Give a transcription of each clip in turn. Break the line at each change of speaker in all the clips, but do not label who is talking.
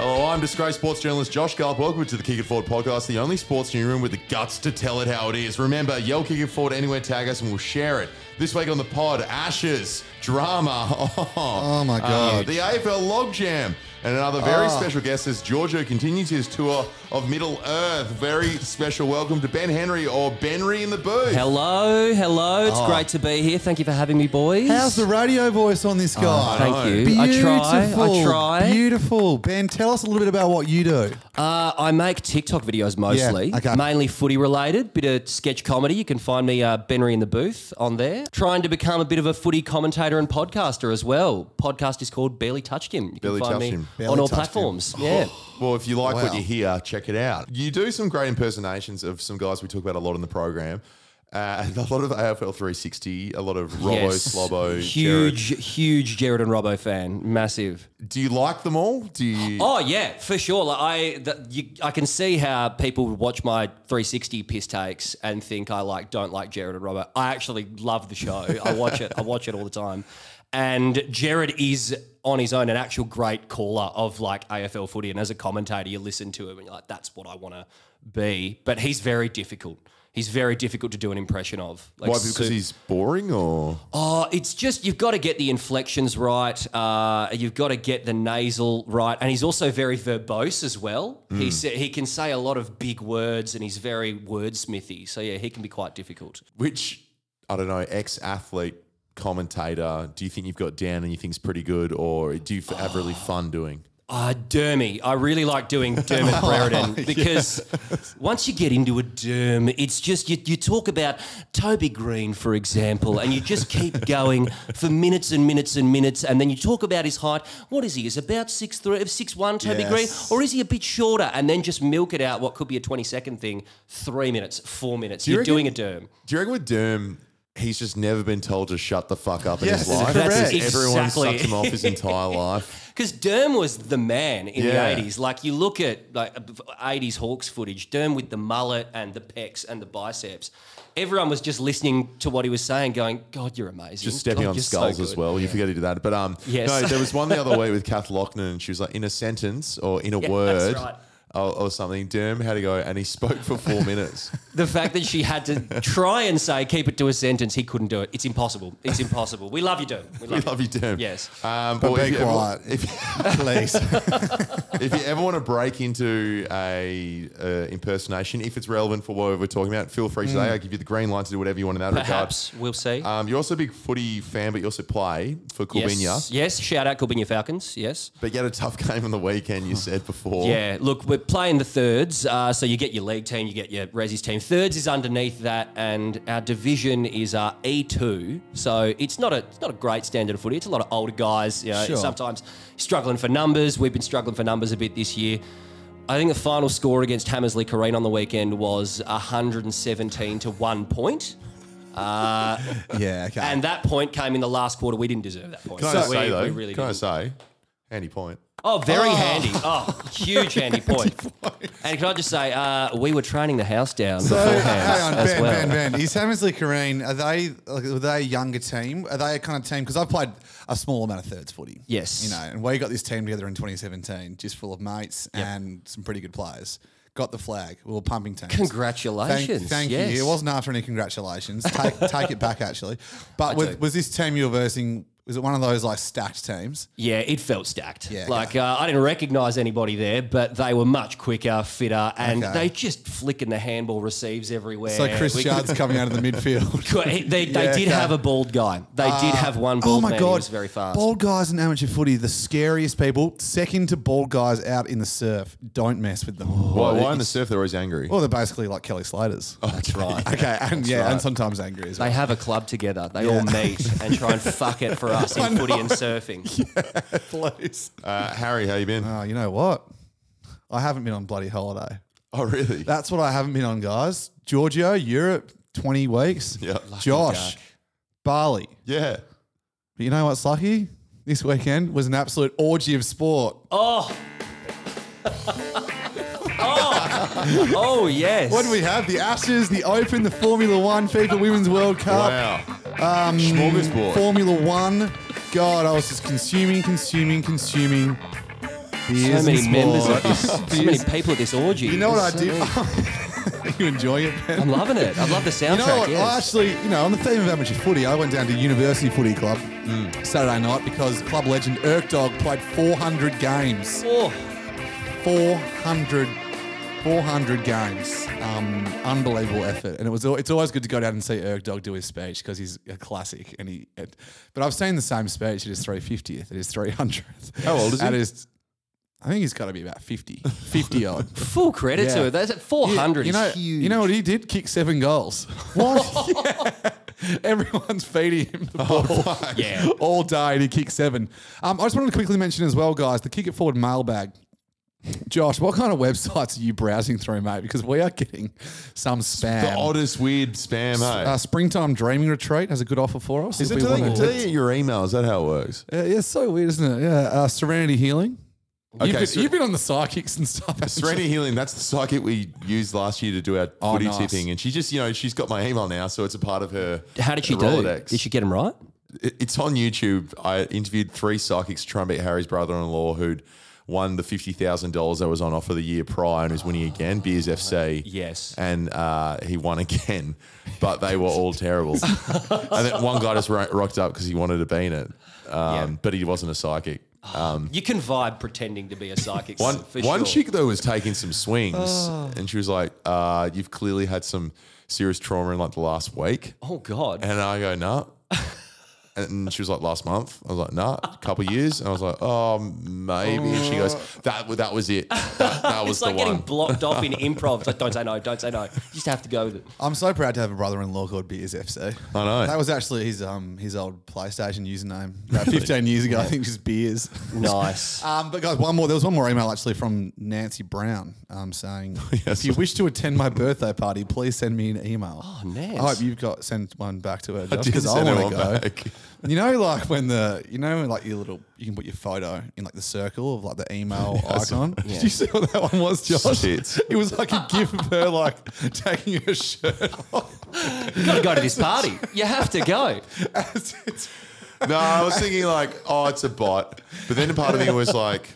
I'm disgraced sports journalist Josh Gallup. Welcome to the Kick It Forward podcast, the only sports newsroom with the guts to tell it how it is. Remember, yell Kick It Forward anywhere, tag us, and we'll share it. This week on the pod, ashes, drama. Oh,
my
uh,
God.
the AFL logjam. And another very
Ah.
special guest as Giorgio continues his tour of Middle Earth. Very special welcome to Ben Henry or Benry in the booth.
Hello, hello. It's great to be here. Thank you for having me, boys.
Oh. How's the radio voice on this guy?
know.
Oh, Thank you.
Beautiful.
I try. I try.
Beautiful. Ben, tell us a little bit about what you do.
uh, I make TikTok videos mostly,
Yeah, okay.
mainly footy related, bit of sketch comedy. You can find me uh, Benry in the booth on there. Trying to become a bit of a footy commentator and podcaster as well. Podcast is called Barely Touched Him. You can
Barely
find
Touched
me
Him.
Barely
on all
Touched Him.
platforms. Yeah.
Well, if you like what
Wow.
you hear, check it out. You do some great impersonations of some guys we talk about a lot in the program. Uh, a lot of AFL 360, a lot of Robbo,
Yes.
Slobbo, Jared.
huge, huge Jared and Robbo fan. Massive.
Do you like them all? Do you?
Oh yeah, for sure. Like I, the, you, I can see how people would watch my 360 piss takes and think I like don't like Jared and Robert. I actually love the show. I watch it. I watch it all the time. And Jared is on his own an actual great caller of like AFL footy. And as a commentator, you listen to him and you're like, that's what I want to be. But he's very difficult. He's very difficult to do an impression of. Like,
Why? Because
su-
he's boring, or
Oh, it's just you've got to get the inflections right. Uh, you've got to get the nasal right, and he's also very verbose as well. He sa- he can say a lot of big words, and he's very wordsmithy. So yeah, he can be quite difficult.
which I don't know, ex-athlete commentator. Do you think you've got down and you think's pretty good, or do you f- have really
Oh.
fun doing?
Ah, Dermy. I really like doing Dermot
Oh,
Brereton because once you get into a derm, it's just you, you talk about Toby Green, for example, and you just keep going for minutes and minutes and minutes, and then you talk about his height. What is he? Is about six three, six one, Toby
Yes.
Green, or is he a bit shorter? And then just milk it out. What could be a twenty second thing? Three minutes, four minutes.
you
You're doing a
reckon-
derm.
Do you reckon with Derm, he's just never been told to shut the fuck up in
Yes,
his life?
that's
Everyone's
exactly-
sucked him off his entire life.
Because Derm was the man in
Yeah.
the 80s. Like, you look at like 80s Hawks footage, Derm with the mullet and the pecs and the biceps. Everyone was just listening to what he was saying, going, God, you're amazing.
just stepping
God,
on
you're so
skulls as
good."
well. You forget to do that. But um,
Yes.
no, there was one the other way with Kath Lochnan, and she was like, in a sentence or in a
that's
word
right.
or, or something, Derm had to go, and he spoke for four minutes.
The fact that she had to try and say, keep it to a sentence, he couldn't do it. It's impossible. It's impossible. We love you, Derm. We love,
We love you, Derm.
Yes.
Um,
But
or if
be
you ever-
quiet, please.
if you ever want to break into a uh, impersonation, if it's relevant for what we're talking about, feel free
Mm.
today. I give you the green line to do whatever you want in that
Perhaps. We'll see.
regard. Um, you're also a big footy fan, but you also play for Corbinia.
Yes. yes. Shout out Corbina Falcons. Yes.
But you had a tough game on the weekend, you said before.
Yeah, look, we're playing the thirds. Uh, so you get your league team, you get your Resi's team. Thirds is underneath that, and our division is uh, E2. So it's not a it's not a great standard of footy. It's a lot of older guys. You know,
Sure.
Sometimes struggling for numbers. We've been struggling for numbers a bit this year. I think the final score against Hammersley Corrine on the weekend was 117 to one point.
yeah, okay.
And that point came in the last quarter. We didn't deserve that point.
Can I
So
say
we-
though?
we really
can
didn't.
I say? Handy point.
Oh, very handy. Oh, huge handy point. And can I just say, uh, we were training the house down
so,
beforehand
hang on,
as
Ben,
well.
Ben, Ben. Is Hammersley Kareen, are they like, were they a younger team? Are they a kind of team? Because I played a small amount of thirds footy.
Yes.
You know, and we got this team together in 2017, just full of mates and some pretty good players. Got the flag. We were pumping teams. Thank,
Congratulations.
thank
yes.
you. It wasn't after any congratulations. Take, take it back, actually. But with,
do.
was this team you were versing? Was it one of those like stacked teams?
Yeah, it felt stacked.
Yeah,
like uh, I didn't recognise anybody there, but they were much quicker, fitter, and
Okay.
they just flicking the handball receives everywhere.
So Chris
We
Shard's coming out of the midfield.
could- They, they
Yeah,
did
okay.
have a bald guy. They did have one bald
oh my
man who
god,
was very fast.
Bald guys in amateur footy, the scariest people. Second to bald guys out in the surf. Don't mess with them.
Why, why in the surf they're always angry?
Well, they're basically like Kelly Slater's.
That's right.
Okay, and yeah, and sometimes angry as well.
They have a club together. They all meet and try and fuck it for us in footy and surfing.
Please.
Uh, Harry, how you been?
Oh, you know what? I haven't been on bloody holiday.
oh, really?
That's what I haven't been on, guys. Giorgio, Europe, 20 weeks.
Yeah.
Josh, Bali.
yeah.
But you know what's lucky? This weekend was an absolute orgy of sport.
Oh yes.
What do we have? The Ashes, the Open, the Formula One, FIFA Women's World Cup,
Wow. Um, Smorgasbord.
Formula One. God, I was just consuming, consuming, consuming.
So many members of this, so many people at this orgy.
You know what I do? you enjoy it? man?
I'm loving it. I love the soundtrack.
You know what? I
yes.
actually, you know, on the theme of amateur footy, I went down to University Footy Club Saturday night because club legend Erk Dog played 400 games.
Oh,
400, 400 games. Um, unbelievable effort. And it was al- it's always good to go down and see Erk Dog do his speech because he's a classic. And he, it, But I've seen the same speech at his 350th, at his 300th.
How old is he?
At his- I think he's got to be about 50, 50 odd.
full credit
Yeah.
to it. That's at 400.
You know,
is huge.
you know what he did? Kick seven goals. What? Everyone's feeding him the ball
uh,
Yeah.
all day, and he kicked seven. Um, I just wanted to quickly mention as well, guys, the kick it forward mailbag. Josh, what kind of websites are you browsing through, mate? Because we are getting some spam.
The oddest weird spam, hey?
uh, Springtime Dreaming Retreat has a good offer for us.
is
if
it
we
do they,
wanted
do they get your email? Is that how it works?
to- Uh, yeah, it's so weird, isn't it? Yeah, uh, Serenity Healing.
Okay,
you've, been,
so-
you've been on the psychics and stuff. haven't you?
Serenity Healing, that's the psychic we used last year to do our footy
nice.
tipping. And she just, you know, she's got my email now, so it's a part of her.
How did she
her
do?
Rolodex.
Did she get him right?
It- It's on YouTube. I interviewed three psychics to try and beat Harry's brother in law who'd won the $50,000 that was on offer the year prior and was winning again, Beers FC.
Yes.
And uh, he won again, but they were all terrible. and then one guy just ro- rocked up because he wanted to be in it, um,
Yeah.
but he wasn't a psychic.
You can vibe pretending to be a psychic.
One,
for
one
sure. Oh.
chick though was taking some swings, and she was like, uh, "You've clearly had some serious trauma in like the last week."
Oh God.
And I go, "No." And she was like, "Last month." I was like, "No, a couple years." And I was like, "Oh, maybe." And she goes, "That that was it. That, that was
Oh. It's
the
like getting
one."
blocked off in improv. It's like, don't say no, don't say no. You just have to go with it.
I'm so proud to have a brother-in-law called Beers FC.
I know.
That was actually his um his old PlayStation username about 15 years ago. I think just Beers.
Nice.
Um, but guys, one more. There was one more email actually from Nancy Brown um, saying, "If you wish to attend my birthday party, please send me an email." Oh,
Nance.
I hope you've got sent one back to her
did
because I,
send her
want to
one
go.
back.
You know, like when the you know, like your little, you can put your photo in like the circle of like the email icon. Did you see what that one was, Josh?
Shit.
It was like a gif of her like taking her shirt off.
you got to go to this party. You have to go.
As it's-
No, I was thinking like, "Oh, it's a bot," but then a part of me was like.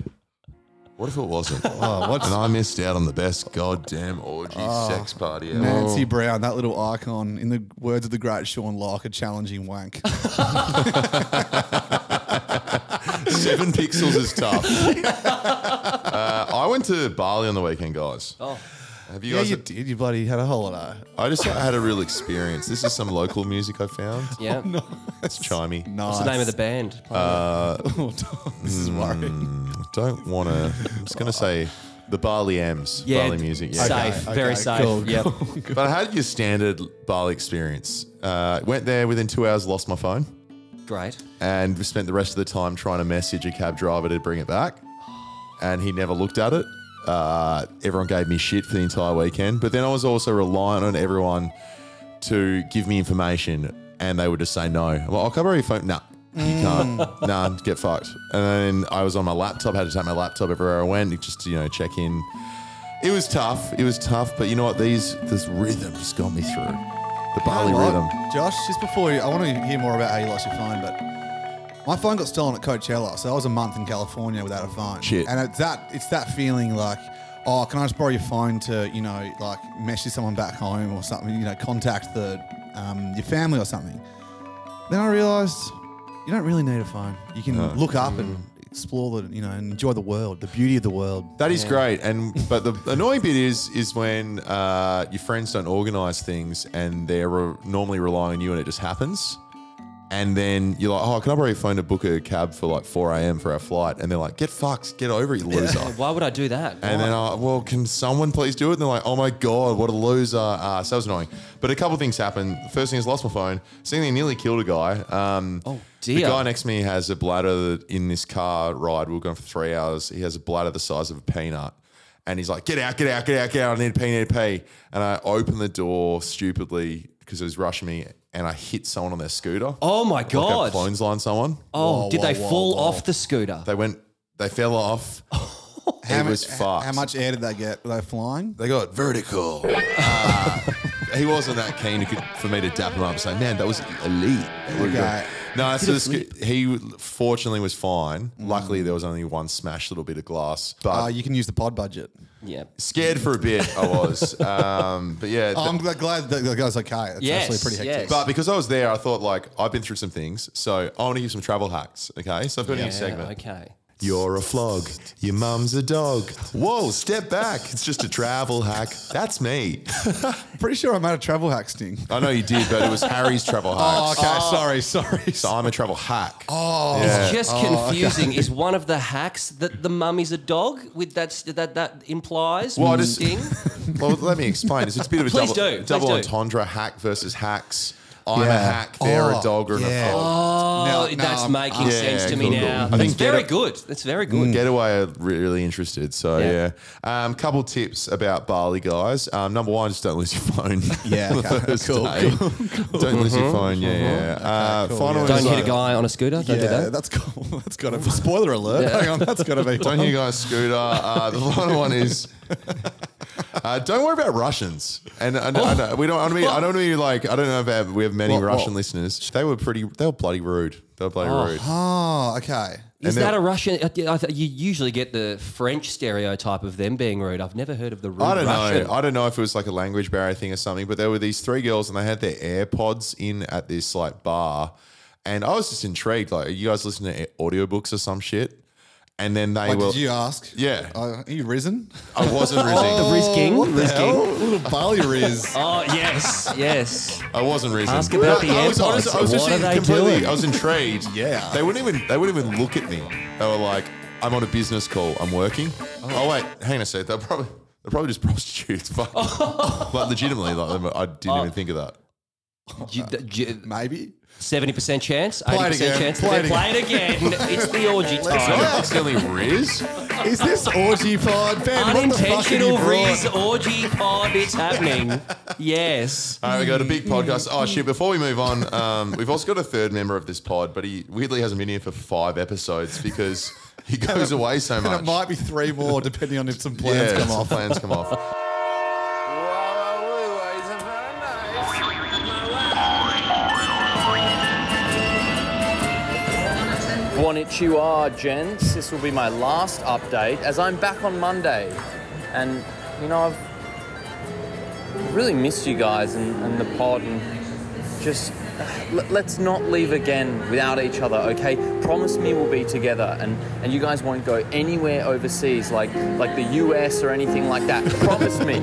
What if it wasn't? Oh, what? And I missed out on the best goddamn orgy sex party ever.
Oh, Nancy Brown, that little icon, in the words of the great Sean Locke, a challenging wank.
Seven pixels is tough. uh, I went to Bali on the weekend, guys.
Oh.
Have you
yeah,
guys?
you did. You bloody had a holiday.
I just had a real experience. This is some local music I found.
Yeah.
It's chimey.
Nice.
What's the name of the band?
Uh,
this is
Mm,
worrying.
Don't want to. I'm just going to say the Bali M's. Bali music. Yeah.
Safe.
Okay,
very
okay,
safe.
cool,
yep.
But I had your standard Bali experience. Uh, went there within two hours, lost my phone,
Great.
and we spent the rest of the time trying to message a cab driver to bring it back. and he never looked at it. Uh, everyone gave me shit for the entire weekend, but then I was also reliant on everyone to give me information, and they would just say no. I'm like, "Oh, can I borrow your phone?" Nah, you can't. nah, get fucked. And then I was on my laptop. Had to take my laptop everywhere I went, just to you know check in. It was tough. It was tough, but you know what? These this rhythm's got me through. The Bali
Well,
rhythm.
Josh, just before you, I want to hear more about how you lost your phone, but my phone got stolen at Coachella, so I was a month in California without a phone.
Shit.
And it's that it's that feeling like, oh, can I just borrow your phone to you know like message someone back home or something? You know, contact the um, your family or something. Then I realised you don't really need a phone. You can look up
Mm.
and explore the you know and enjoy the world, the beauty of the world.
That is great, and but the annoying bit is is when uh, your friends don't organise things and they're re- normally relying on you, and it just happens. And then you're like, "Oh, can I borrow your phone to book a cab for like 4 a.m. for our flight?" And they're like, "Get fucked, get over it, you loser."
Why would I do that?
And then, I, well, can someone please do it? And they're like, oh my God, what a loser. Uh, so that was annoying. But a couple of things happened. The first thing is, lost my phone. Second thing, nearly killed a guy. Um,
Oh, dear.
The guy next to me has a bladder that in this car ride. We were going for three hours. He has a bladder the size of a peanut. And he's like, get out, get out, get out, get out. I need to pee, need to pee. And I open the door stupidly because it was rushing me and I hit someone on their scooter.
oh my
Like I
God. Oh,
clotheslined someone.
did they
whoa, whoa,
fall
whoa.
off the scooter?
They went, they fell off. it
mu-
was fucked.
How much air did they get? Were they flying?
They got vertical. he wasn't that keen to, for me to dap him up and say, man, that was elite. That would've
Okay.
been-" No, so this, he fortunately was fine. Luckily, there was only one smashed little bit of glass, but
Uh, you can use the pod budget.
Yeah.
scared for a bit I was. Um, but yeah,
Oh,
th-
I'm gl- glad that the guy's okay. It's
Yes,
actually pretty hectic.
yes.
but because I was there, I thought like I've been through some things, so I want to give some travel hacks. Okay, so I've got a new segment.
Okay.
You're a flog. Your mum's a dog. Whoa, step back. It's just a travel hack. That's me.
Pretty sure I'm out of travel hack sting.
I know you did, but it was Harry's travel
Oh,
hacks.
okay. Sorry, sorry.
So I'm a travel hack.
Oh,
Uh,
It's just confusing. Is one of the hacks that the mum is a dog? With that that that implies.
Well, I
What
just-
sting?
Well, let me explain this. It's a bit of a
Please
double,
do. Please
double
do.
entendre hack versus hacks. I'm a
Yeah.
hack, they're
Oh,
a dog or
yeah.
an a
Oh,
no,
that's
I'm-
making
um, Yeah,
sense to me
cool, cool.
now.
I
That's
think get Mm,
very
it-
good. That's very good.
Mm.
fog. Getaway are re- really interested. So,
Yeah.
yeah. Um, couple tips about Bali, guys. Um, number one, just don't lose your phone.
Yeah,
on the
okay.
first
Cool, Mm-hmm,
day. Don't lose your phone. Yeah, yeah. Uh,
cool,
final
yeah.
is,
Don't hit
like-
a guy on a scooter. Don't do
yeah,
that.
that's cool. That's got to be. Spoiler alert. Hang on, that's got to be.
Don't you guys scooter? Uh, the final one is uh, don't worry about Russians. And I, know- I know- we don't. I mean, I don't mean like I don't know about we have many
What- what?
Russian listeners. They were pretty. They were bloody rude. They were bloody rude.
Oh, okay.
Is
and
that
then-
a Russian? I, I, you usually get the French stereotype of them being rude. I've never heard of the rude
I don't
Russian.
know. I don't know if it was like a language barrier thing or something, but there were these three girls and they had their AirPods in at this like bar. And I was just intrigued. Like, you guys listen to audiobooks or some shit? And then they
Like,
were.
did you ask?
Yeah.
Uh, are you risen? Oh,
I wasn't rizzing.
the Riz King.
What the
Riz
hell?
King.
Little Bali riz.
Oh yes, yes.
I wasn't rizzing.
Ask about
No,
the
I was,
AirPods.
honest- I was just
What are they
completely.
doing?
I was intrigued.
Yeah.
They wouldn't even. They wouldn't even look at me. They were like, "I'm on a business call. I'm working." Oh, wait, hang on a sec. They're probably. They're probably just prostitutes. Fuck. like legitimately, like I didn't
Oh.
even think of that.
Maybe.
Seventy percent chance,
it
eighty
again.
percent chance.
Play
Play
it
it again. It's the orgy
Did I
time.
accidentally riz?
Is this orgy pod? Ben, what the fuck have you
Unintentional
brought?
Reese orgy pod. It's happening. Yes.
All right, we got a big podcast. Oh shit! Before we move on, um, we've also got a third member of this pod, but he weirdly hasn't been here for five episodes because he goes away so
And it
much.
might be three more, depending on if some plans come
some
off.
Plans come off.
What you are, gents. This will be my last update as I'm back on Monday. And, you know, I've really missed you guys and, and the pod and just let, let's not leave again without each other, okay? Promise me we'll be together and, and you guys won't go anywhere overseas like, like the US or anything like that. Promise me.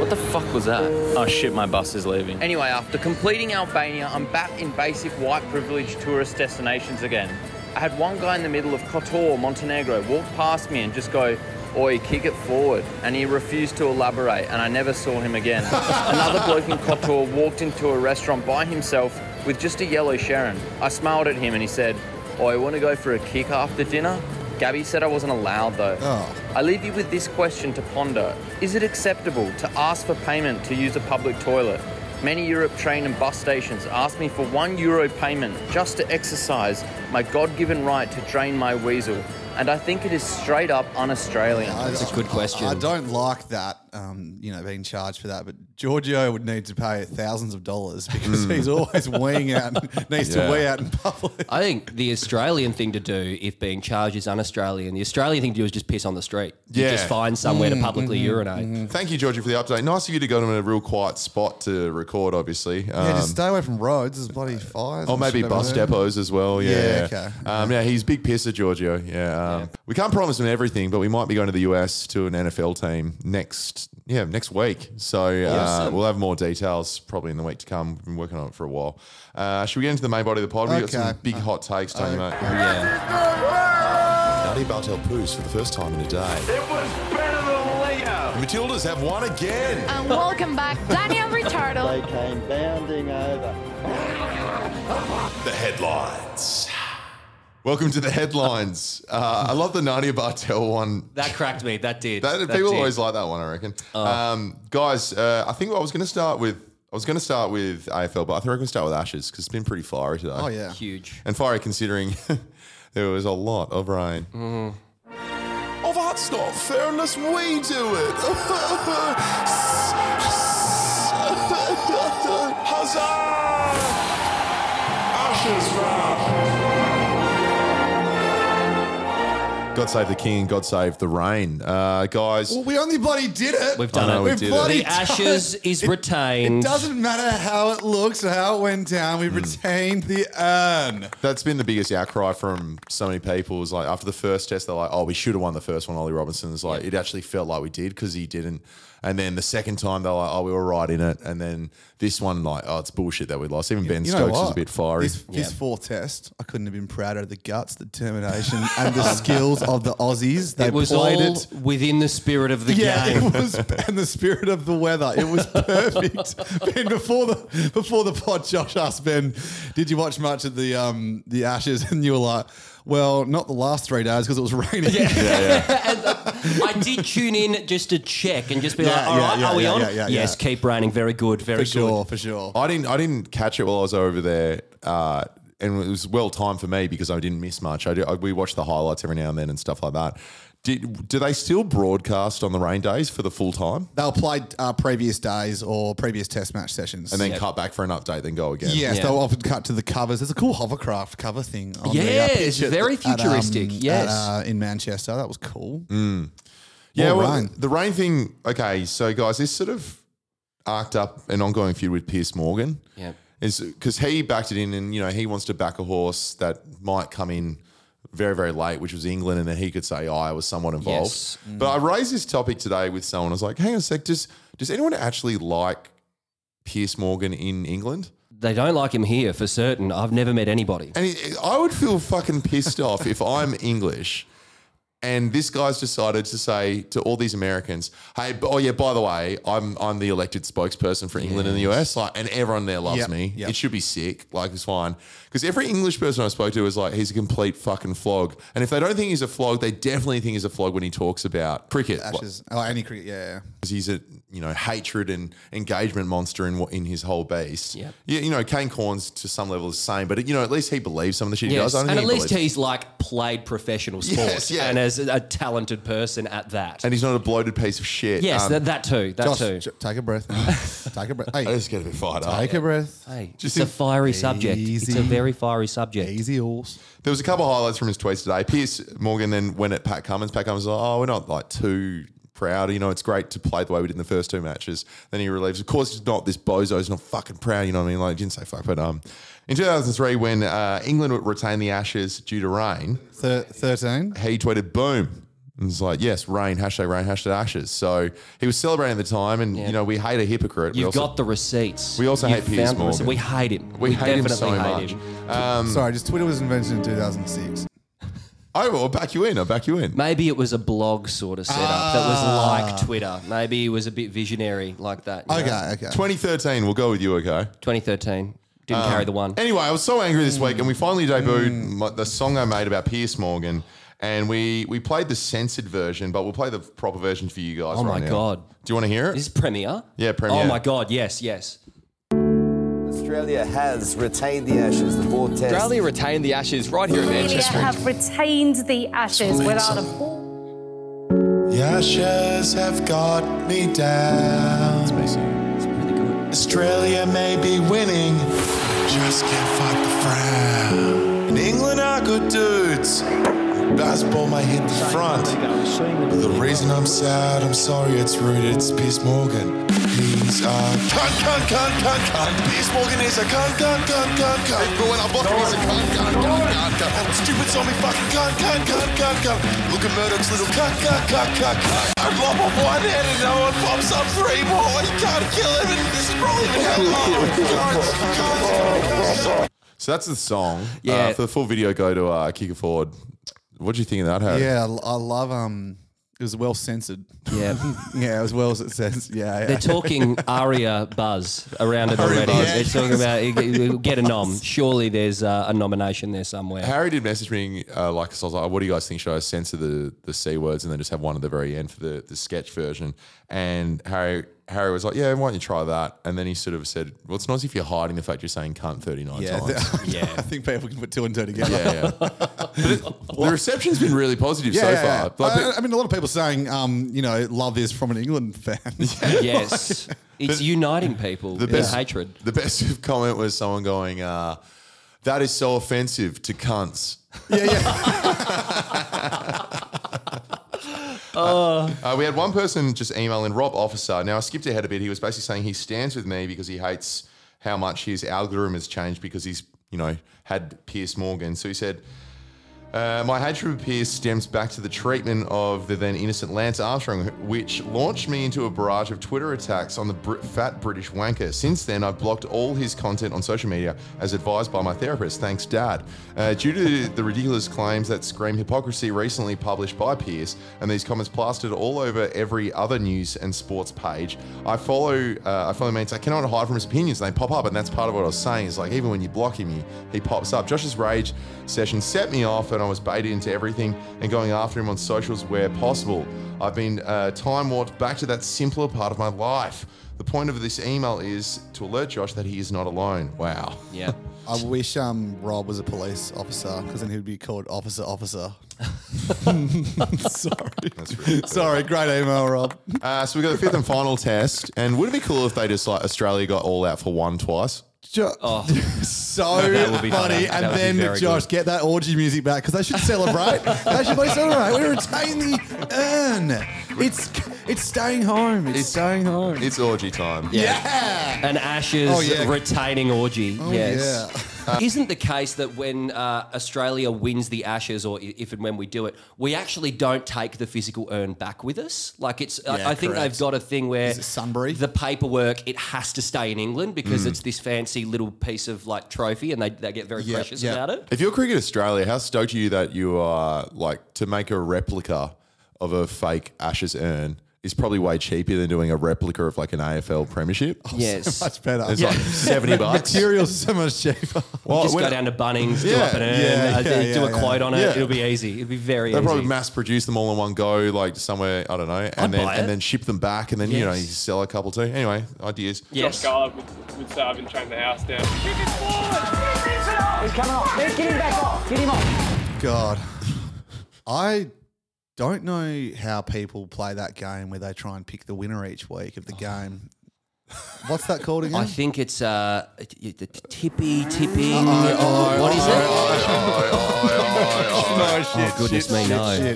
What the fuck was that? Oh shit, my bus is leaving. Anyway, after completing Albania, I'm back in basic white privileged tourist destinations again. I had one guy in the middle of Kotor, Montenegro, walk past me and just go, Oi, kick it forward. And he refused to elaborate, and I never saw him again. Another bloke in Kotor walked into a restaurant by himself with just a yellow Sharon. I smiled at him and he said, Oi, want to go for a kick after dinner? Gabby said I wasn't allowed though.
Oh.
I leave you with this question to ponder. Is it acceptable to ask for payment to use a public toilet? Many Europe train and bus stations ask me for one euro payment just to exercise my God given right to drain my weasel, and I think it is straight up un Australian.
That's a good question.
I don't like that, um, you know, being charged for that. But Giorgio would need to pay thousands of dollars because he's always weighing out, and needs
Hmm. Yeah.
to weigh out in public.
I think the Australian thing to do, if being charged is un-Australian, the Australian thing to do is just piss on the street. You
Yeah.
just find somewhere
Mm,
to publicly
mm-hmm,
urinate.
Thank you, Georgie, for the update. Nice of you to go to a real quiet spot to record, obviously. Um,
Yeah, just stay away from roads. There's bloody fires.
or Oh, maybe bus depots as well. Yeah.
Yeah, okay.
Um, yeah, he's big pisser, Giorgio. Yeah, um, We can't promise him everything, but we might be going to the US to an NFL team next. Yeah, next week. So uh,
Awesome.
we'll have more details probably in the week to come. We've been working on it for a while. Uh, should we get into the main body of the pod? We've
Okay.
got some big hot takes, don't you, mate?
Yeah.
Nutty Bartel poos for the first time in a day.
It was better than Leo.
Matildas have won again.
And welcome back, Daniel Ritardo.
came bounding over.
The headlines. Welcome to the headlines. Uh, I love the Nadia Bartel one.
That cracked me. That did.
That,
That
people
did. Oh.
always like that one, I reckon. Um, guys, uh, I think I was going to start with I was going to start with AFL, but I think we're going to start with Ashes because it's been pretty fiery today.
Oh yeah.
huge.
and fiery considering there was a lot of rain.
Mm-hmm.
Oh, that's not fair unless we do it. Huzzah! Ash
Ashes Rock.
God save the king, God save the rain. Uh, guys,
Well, we only bloody did it.
We've done
I know
it.
we
We've
did it.
bloody
The ashes is
It
retained.
doesn't matter how it looks or how it went down.
Hmm.
We retained the urn.
that's been the biggest outcry from so many people. Is like after the first test, they're like, "Oh, we should have won the first one." Ollie Robinson's like, "It actually felt like we did because he didn't." And then the second time, they're like, "Oh, we were right in it." And then this one, like, "Oh, it's bullshit that we lost." Even Ben
You know
Stokes
what?
was a bit fiery.
His, his fourth test, I couldn't have been prouder of the guts, the determination, and the skills of the Aussies. They
It was all
played it.
within the spirit of the
Yeah,
game.
it was, and the spirit of the weather. It was perfect. ben, before the before the pod, Josh asked Ben, "Did you watch much of the um the Ashes?" And you were like, "Well, not the last three days because it was raining."
yeah, yeah.
And, uh, I did tune in just to check and just be
Yeah,
like, all
yeah,
right,
yeah,
are we
yeah,
on?
yeah, yeah,
yes,
yeah.
keep raining. Very good, very
for
good.
sure, for sure.
I didn't I didn't catch it while I was over there, uh, and it was well timed for me because I didn't miss much. I, do, I we watch the highlights every now and then and stuff like that. Did, do they still broadcast on the rain days for the full time
They'll play uh, previous days or previous test match sessions.
and then cut back for an update, then go again?
yes,
Yeah.
they'll often cut to the covers. There's a cool hovercraft cover thing. On
Yeah,
the, uh,
it's
pitch at-
very
at, um,
futuristic,
at,
yes.
uh, in Manchester, that was cool.
Yeah,
More
well,
rain.
the rain thing. Okay, so guys, this sort of arced up an ongoing feud with Pierce Morgan.
Yeah.
is because he backed it in, and you know he wants to back a horse that might come in very very late, which was England, and then he could say, oh, "I was somewhat involved."
Yes.
Mm.
But I raised this topic today with someone. I was like, "Hang on a sec, does does anyone actually like Pierce Morgan in England?"
They don't like him here for certain. I've never met anybody.
And it, I would feel fucking pissed off if I'm English and this guy's decided to say to all these Americans, "Hey, b- oh yeah, by the way, I'm I'm the elected spokesperson for England and the US, like, and everyone there loves
Yep,
me.
yep.
It should be sick, like it's fine." Because every English person I spoke to was like, "He's a complete fucking flog," and if they don't think he's a flog, they definitely think he's a flog when he talks about cricket. Like,
Ashes. Oh, any cricket, yeah.
because he's a you know hatred and engagement monster in what in his whole beast.
Yeah.
yeah, you know Kane Corns to some level is the same, but you know at least he believes some of the shit he
Yes.
does. I don't
And at
think he
least
believes-
he's like played professional
Yes,
sport
yeah.
and as a talented person at that.
and he's not a bloated piece of shit.
yes,
Um,
that, that too. That
Josh,
too.
j- take a breath. take a breath.
I
Hey,
just get a bit fired up.
take a breath.
Hey,
Just
it's a
in-
fiery subject. It's
Easy.
a very fiery subject.
Easy horse.
There was a couple of highlights from his tweets today. Pierce Morgan then went at Pat Cummins. Pat Cummins was like, oh, we're not like too proud. You know, it's great to play the way we did in the first two matches. Then he relieves. Of course, he's not this bozo. He's not fucking proud. You know what I mean? Like, he didn't say fuck, but um, in 2003, when uh, England retained the Ashes due to rain,
Thir- 13.
he tweeted, boom. And it's like, yes, rain, hashtag rain, hashtag ashes. So he was celebrating at the time, and, you know, we hate a hypocrite.
You've
we also,
got the receipts.
We also
You've
hate Piers
found the rece-
Morgan.
We hate him.
we, hate him so much.
Hmm.
Sorry, just Twitter was invented in 2006.
Oh, well, I'll back you in. I'll back you in.
Maybe it was a blog sort of setup
Ah.
that was like Twitter. Maybe he was a bit visionary like that. you know?
Okay, okay.
2013, we'll go with you, okay?
2013. Didn't
Um,
carry the one.
Anyway, I was so angry this week, and we finally debuted my, the song I made about Pierce Morgan, and we we played the censored version, but we'll play the proper version for you guys.
Oh
right
my
now.
God.
Do you want to hear it?
This is premiere.
Yeah, premiere.
Oh my god, yes, yes.
Australia has retained the Ashes, the fourth test.
Australia retained the Ashes right here in Manchester.
have retained the ashes without a ball.
The ashes have got me down.
It's pretty good.
Australia may be winning, just can't fight the frown. And England are good dudes. Basketball may hit the front. But the reason I'm sad, I'm sorry, it's rooted, it's Piers Morgan. He's a cunt, cunt, cunt, cunt, cunt. Piers Morgan is a cunt, cunt, cunt, cunt, cunt. But when I block him, he's a cunt, cunt, cunt, cunt, cunt. Stupid zombie fucking cunt, cunt, cunt, cunt, cunt. Look at Murdoch's little cunt, cunt, cunt, cunt, cunt. I lob off one head and no one pops up three more. You can't kill him and this is probably how long. Cunts, cunts, cunts.
so that's the song.
Yeah.
Uh, for the full video, go to uh, Kick It Forward. What do you think of that, Harry?
Yeah, I l- I love um. It was well censored.
Yeah.
Yeah, as well as it says. Yeah, yeah.
They're talking aria buzz around it already.
buzz.
They're talking about you get- you get a nom. Surely there's uh, a nomination there somewhere.
Harry did message me uh, like 'cause I was like, "What do you guys think? Should I censor the the c words and then just have one at the very end for the the sketch version?" And Harry Harry was like, "Yeah, why don't you try that?" And then he sort of said, "Well, it's not as if you're hiding the fact you're saying cunt 39
yeah,
times."
yeah. I think people can put two and two together.
yeah, yeah. But it- the reception's been really positive so far. Like,
I, I mean, a lot of people saying, um, you know, love is from an England fan.
Yes. It's uniting people. The
best-
hatred.
the best comment was someone going, uh, That is so offensive to cunts.
Yeah, yeah.
Uh, we had one person just email in Rob Officer. Now I skipped ahead a bit. He was basically saying he stands with me because he hates how much his algorithm has changed because he's you know had Pierce Morgan. So he said. Uh, my hatred of Pierce stems back to the treatment of the then innocent Lance Armstrong, which launched me into a barrage of Twitter attacks on the Brit- fat British wanker. Since then, I've blocked all his content on social media, as advised by my therapist. Thanks, Dad. Uh, due to the ridiculous claims that scream hypocrisy recently published by Pierce, and these comments plastered all over every other news and sports page, I follow. Uh, I follow mates. I cannot hide from his opinions; they pop up, and that's part of what I was saying. Is like even when you block him, he, he pops up. Josh's rage session set me off, and I was baited into everything and going after him on socials where possible. I've been uh, time warped back to that simpler part of my life. The point of this email is to alert Josh that he is not alone. Wow.
Yeah.
I wish um, Rob was a police officer because then he'd be called Officer Officer. Sorry.
That's really good.
Sorry, great email, Rob.
Uh, so we got the fifth and final test, and would it be cool if they just like Australia got all out for one twice?
Jo-
Oh.
so
That would be
funny.
funny. That
And
would be
then
very
Josh,
good.
get that orgy music back because they should celebrate. they should play celebrate. We retain the urn. It's it's staying home. It's,
It's-
staying home.
It's orgy time.
yeah.
And Ashes
Oh, yeah. Oh,
retaining orgy. yes. Uh,
yeah.
Isn't the case that when uh, Australia wins the Ashes, or i- if and when we do it, we actually don't take the physical urn back with us? Like it's,
Yeah,
I, I think
correct.
they've got a thing where
Is it Sunbury?
the paperwork it has to stay in England
Mm.
because it's this fancy little piece of like trophy, and they, they get very
Yeah,
precious
yeah.
about it.
If you're Cricket Australia, how stoked are you that you are like to make a replica of a fake Ashes urn is probably way cheaper than doing a replica of like an AFL premiership.
Yes.
Much better.
It's like 70 bucks.
Materials are so much cheaper.
Well,
Just
when-
go down to Bunnings, do
Yeah,
up an urn,
yeah,
uh, do-
yeah,
do
yeah,
a quote on it.
yeah.
It'll be easy. It'll be very
They'll
easy.
probably mass produce them all in one go, like somewhere, I don't know, and then
buy
and
it.
then ship them back and then you know
Yes.
you sell a couple too. Anyway, ideas.
yes.
Josh Garland would, would say, I've been trying the house down.
God. I don't know how people play that game where they try and pick the winner each week
Oh.
of the game. What's that called again?
I think it's uh, the tippy tippy.
oh,
what is it?
oh, shit,
goodness me, no.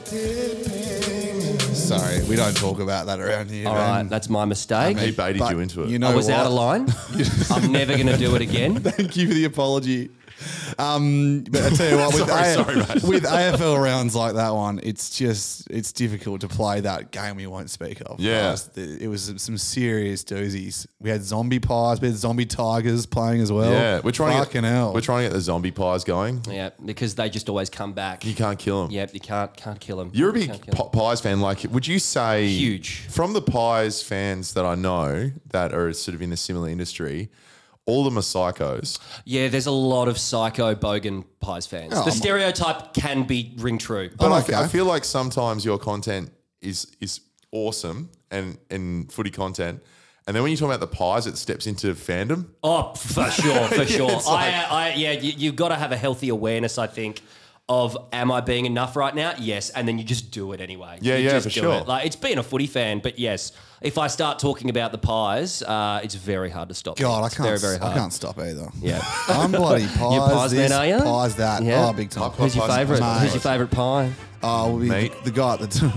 Sorry, we don't talk about that around here.
All
man.
right, that's my mistake.
He baited
But
you into it.
You know
I was
what?
out of line. I'm never going to do it again.
Thank you for the apology. Um, but I tell you what, with,
Sorry,
A-
sorry, mate.
with AFL rounds like that one, it's just it's difficult to play that game. We won't speak of.
Yeah.
I was- it was some serious doozies. We had zombie pies, we had zombie tigers playing as well.
yeah, we're trying
Fucking
to get,
hell.
We're trying to get the zombie pies going.
Yeah, because they just always come back.
You can't kill them.
Yep, you can't can't kill them.
You're a big P- Pies fan. Like, would you say
Huge.
from the Pies fans that I know that are sort of in the similar industry? All of them are psychos.
Yeah, there's a lot of psycho bogan pies fans. the stereotype can be ring true.
But I
okay.
I feel like sometimes your content is is awesome and and footy content, and then when you talk about the Pies, it steps into fandom.
Oh, for sure, for sure. I, I, yeah, you, you've got to have a healthy awareness, I think, of am I being enough right now? Yes, and then you just do it anyway.
Yeah,
You
yeah,
just
for
do
sure.
It. Like it's being a footy fan, but yes, if I start talking about the pies, uh, it's very hard to stop. me.
God, I
It's
can't.
Very, very hard.
I can't stop either.
Yeah.
I'm bloody pies.
You're pies
this,
man, are you?
Pies that.
Yeah.
Oh, big time.
Pies
Who's your
Pies,
favourite?
pies,
Who's your favourite pie?
Oh, we'll be the,
Mate.
the guy at the top.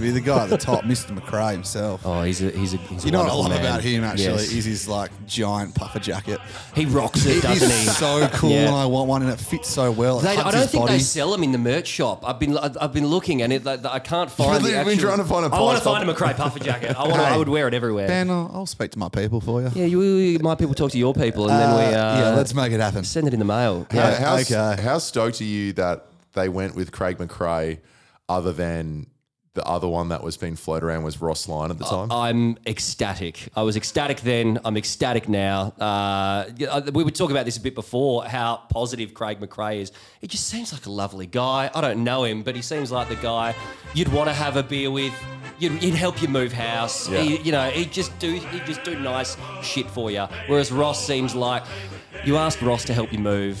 be the guy at the top, Mr. McRae himself.
Oh, he's a he's a. He's a
You know what I
wonderful
love
man.
about him actually
Yes.
is his like giant puffer jacket.
He rocks it,
He's
doesn't he?
so cool,
Yeah.
and I want one, and it fits so well. It
They,
hugs
I don't
his
think
body.
they sell them in the merch shop. I've been I've I've been looking and it, like, I can't find.
You've
the
been
actual-
trying to find a
I want
Pies
to find him a
pop-
McRae puffer jacket. I want. to I would wear it everywhere.
Ben, I'll, I'll speak to my people for you.
Yeah, you, you- my people talk to your people, and then we uh,
yeah, let's make it happen.
send it in the mail.
How,
Yeah.
how,
okay.
how stoked are you that they went with Craig McRae other than the other one that was being floated around was Ross Lyon at the time?
I'm ecstatic. I was ecstatic then. I'm ecstatic now. Uh, yeah, I- we were talking about this a bit before how positive Craig McRae is. He just seems like a lovely guy. I don't know him, but he seems like the guy you'd want to have a beer with. You'd, he'd help you move house.
Yeah.
He, you know, he'd just do he'd just do nice shit for you. Whereas Ross seems like You ask Ross to help you move.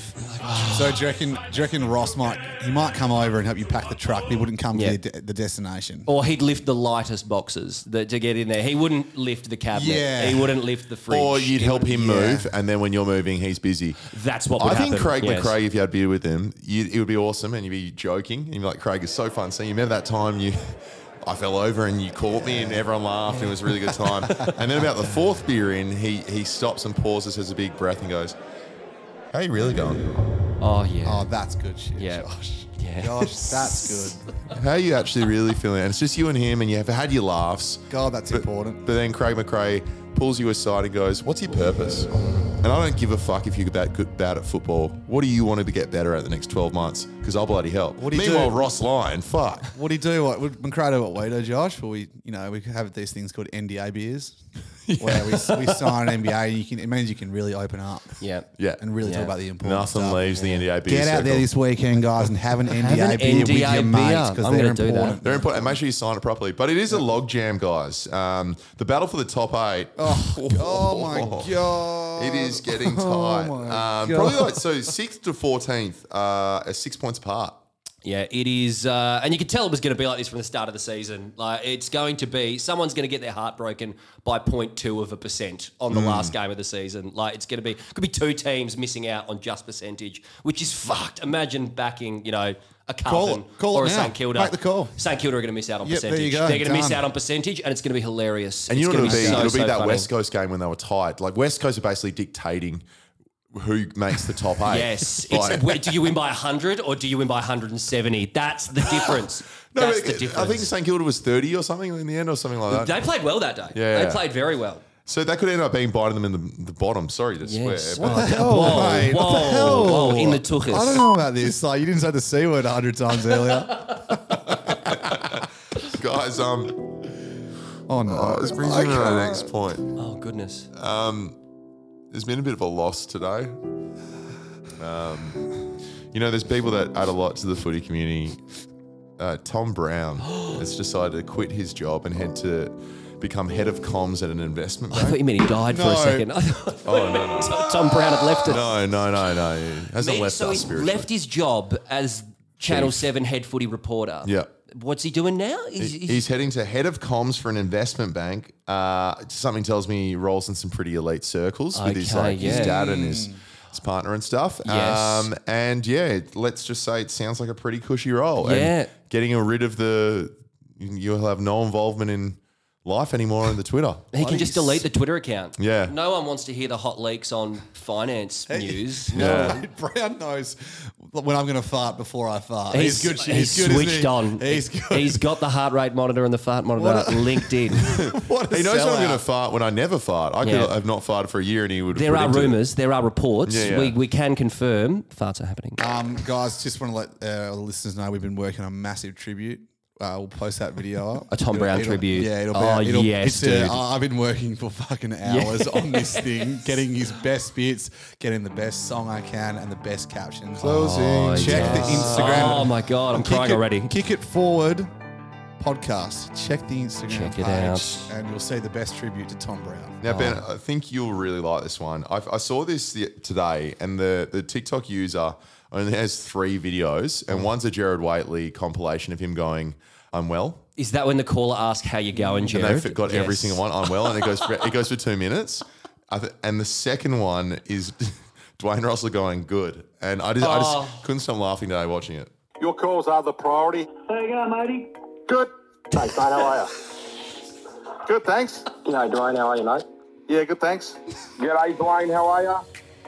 So do you reckon? Do you reckon Ross might? He might come over and help you pack the truck. But he wouldn't come
Yeah.
to the, de- the destination.
Or he'd lift the lightest boxes that, to get in there. He wouldn't lift the cabinet.
Yeah.
He wouldn't lift the fridge.
Or you'd help him move, and then when you're moving, he's busy.
That's what would
I think
happen,
Craig
yes.
McCrae, if you had beer with him, you, it would be awesome, and you'd be joking, and you'd be like, "Craig, it's so fun seeing you." Remember that time you, I fell over and you caught me, and everyone laughed, and it was a really good time. and then about the fourth beer in, he he stops and pauses, has a big breath, and goes, "How you really going?
Oh yeah.
Oh, that's good shit.
Yeah.
Josh.
Yeah.
Josh, that's good.
How you actually really feeling?" And it's just you and him, and you have had your laughs.
God, that's important.
But then Craig McRae pulls you aside and goes, "What's your purpose?" And I don't give a fuck if you're bad, good, bad at football. What do you want to get better at the next 12 months? Because I'll bloody help.
What do you
Meanwhile,
do?
Ross Lyon, fuck.
What do you do? What would Mancrado what we do, Josh? Well, we you know we have these things called NDA beers, where we, we sign an NDA. And you can it means you can really open up.
Yeah.
Yeah.
And really talk about the important
Nothing
stuff.
leaves the NDA beer
Get out there
circle.
this weekend, guys, and have an NDA
an
beer with
NDA
your
beer.
mates
I'm
because they're
gonna do that.
important.
They're important. And make sure you sign it properly. But it is a log jam, guys. Um, the battle for the top eight.
Oh, oh my god!
It is getting tight.
Oh my
um,
God.
probably like so sixth to fourteenth uh, are six points apart.
Yeah, it is, uh, and you can tell it was going to be like this from the start of the season. Like it's going to be someone's going to get their heart broken by 0.2 of a percent on
Mm.
the last game of the season. Like it's going to be could be two teams missing out on just percentage, which is fucked. Imagine backing, you know, a
Call
Carlton
it. Call
or
it
a
now.
St Kilda.
Make the call.
St Kilda are going to miss out on
Yep, there you go.
percentage. They're going to miss
Done.
out on percentage, and it's going to be hilarious.
And you
it's
know what
going
it'll
to
be?
so,
it'll be
so
that
funny.
West Coast game when they were tied. Like West Coast are basically dictating who makes the top eight.
Yes,
Like-
it's, wait, do you win by 100 or do you win by 170? That's the difference.
No,
That's
but
the difference.
I think St Kilda was thirty or something in the end, or something like that.
They played well that day.
Yeah.
They played very well.
So that could end up being biting them in the, the bottom. Sorry to
Yes.
swear.
What the hell,
Whoa,
mate? What the
whoa,
hell?
whoa, in the tuchus.
I don't know about this. Like you didn't say the c word a hundred times earlier.
But guys, um,
Oh no!
oh, this brings me to the next point.
Oh, goodness.
There's been a bit of a loss today. Um, you know, there's people that add a lot to the footy community. Uh, Tom Brown has decided to quit his job and head to become head of comms at an investment
I
bank.
thought you meant he died for
No.
a second. I thought you meant Tom- Tom Brown had left it.
No, no, no, no. He hasn't
Man,
left
so
us
he
spiritually.
left his job as Channel
Chief.
7 head footy reporter.
Yeah.
What's he doing now? He's,
He- He's heading to head of comms for an investment bank. Uh, something tells me he rolls in some pretty elite circles with his,
Okay,
like, his
yeah.
dad and his, his partner and stuff. Um,
Yes.
and yeah, it- let's just say it sounds like a pretty cushy role. And
Yeah.
getting rid of the, you- you'll have no involvement in life anymore on the Twitter.
he can just delete the Twitter account.
Yeah.
No one wants to hear the hot leaks on finance news.
Yeah.
Brown knows when I'm going to fart before I fart.
He's,
He's, good. He's,
He's,
good, isn't
switched
he?
on.
He's good.
He's got the heart rate monitor and the fart monitor linked in.
what a
He knows when I'm
sellout.
going to fart when I never fart. I
Yeah.
could have not farted for a year and he would have
There are
predicted it.
rumours, there are reports.
Yeah, yeah.
We, we can confirm farts are happening.
Um, guys, just want to let uh, the listeners know we've been working on a massive tribute. Uh, we'll post that video up.
A Tom Brown tribute.
Yeah, it'll be.
Oh,
it'll, it's,
yes,
uh,
dude.
I've been working for fucking hours on this thing, getting his best bits, getting the best song I can, and the best captions.
Closing. Oh,
Check the Instagram.
Oh my god, I'm
Kick
crying
it,
already.
Kick it forward. Podcast. Check the Instagram
Check
page,
it out.
and you'll see the best tribute to Tom Brown.
Now,
Um,
Ben, I think you'll really like this one. I, I saw this the, today, and the, the TikTok user only has three videos,
Mm.
and one's a Jared Waitley compilation of him going, "I'm well,"
Is that when the caller asks how you going,
and
Jared?
they fit- got every
Yes.
single one. I'm well, and it goes for, it goes for two minutes, I th- and the second one is Dwayne Russell going, "Good," and I just, I
Oh.
just couldn't stop laughing today watching it.
Your calls are the priority.
There you go, matey.
Good. Hey, mate, how are you? Good, thanks.
G'day, Dwayne. How are you, mate?
Yeah, good, thanks.
G'day, Dwayne. How are ya?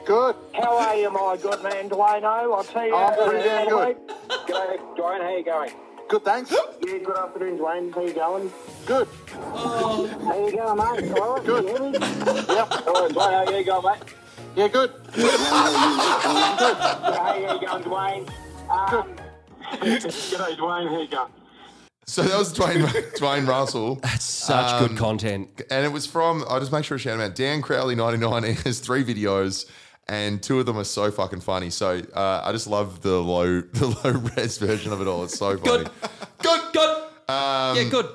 Good.
How are you, my good man, Dwayne? Oh, I'll tell you.
I'm
how-
pretty damn good.
G'day, Dwayne. How you going?
Good, thanks.
Yeah, good afternoon, Dwayne. How you going?
Good.
How you going, mate? All right,
Good.
you heavy?
Yep.
All right, Dwayne. How you going, mate?
Yeah, good.
How you going, Dwayne? Um, G'day, Dwayne. How you going?
So that was Dwayne Dwayne Russell.
Such
Um,
good content.
and it was from I'll just make sure to shout him out. Dan Crowley ninety nine has three videos, and two of them are so fucking funny. So uh, I just love the low the low res version of it all. It's so funny.
Good. Good.
Um,
yeah, good.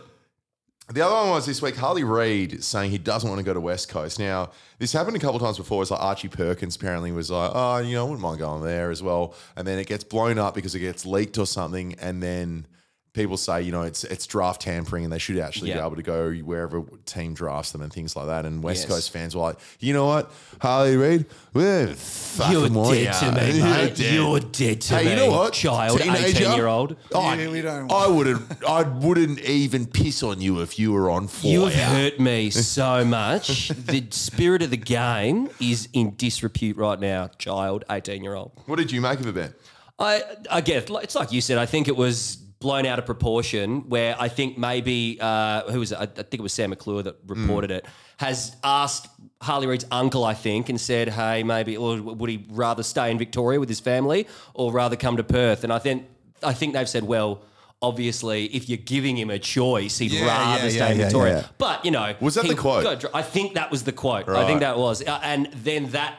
The other one was this week Harley Reid saying he doesn't want to go to West Coast. Now this happened a couple times before. It's like Archie Perkins apparently was like, oh, you know, I wouldn't mind going there as well, and then it gets blown up because it gets leaked or something, and then people say, you know, it's it's draft tampering and they should actually be
Yeah.
able to go wherever team drafts them and things like that. And West
Yes.
Coast fans were like, you know what, Harley Reid, we're fucking
You're
want
dead
ya.
to me, mate. You're dead to
hey, you know
me,
what,
child,
Teenager, Oh,
18-year-old.
I,
Yeah, we don't
I wouldn't, I wouldn't even piss on you if you were on fire.
You've hurt me so much. the spirit of the game is in disrepute right now, child, 18 year old.
What did you make of it, Ben?
I, I guess, like- it's like you said, I think it was blown out of proportion where I think maybe, uh, who was it? I, I think it was Sam McClure that
Hmm.
reported it, has asked Harley Reid's uncle, I think, and said, hey, maybe, or would he rather stay in Victoria with his family or rather come to Perth? And I think, I think they've said, well, Obviously, if you're giving him a choice, he'd
Yeah,
rather
yeah,
stay
yeah,
in
yeah,
Victoria.
yeah.
But you know,
Was that
he
the quote?
got dr- I think that was the quote. I
Right.
think that was, Uh, and then that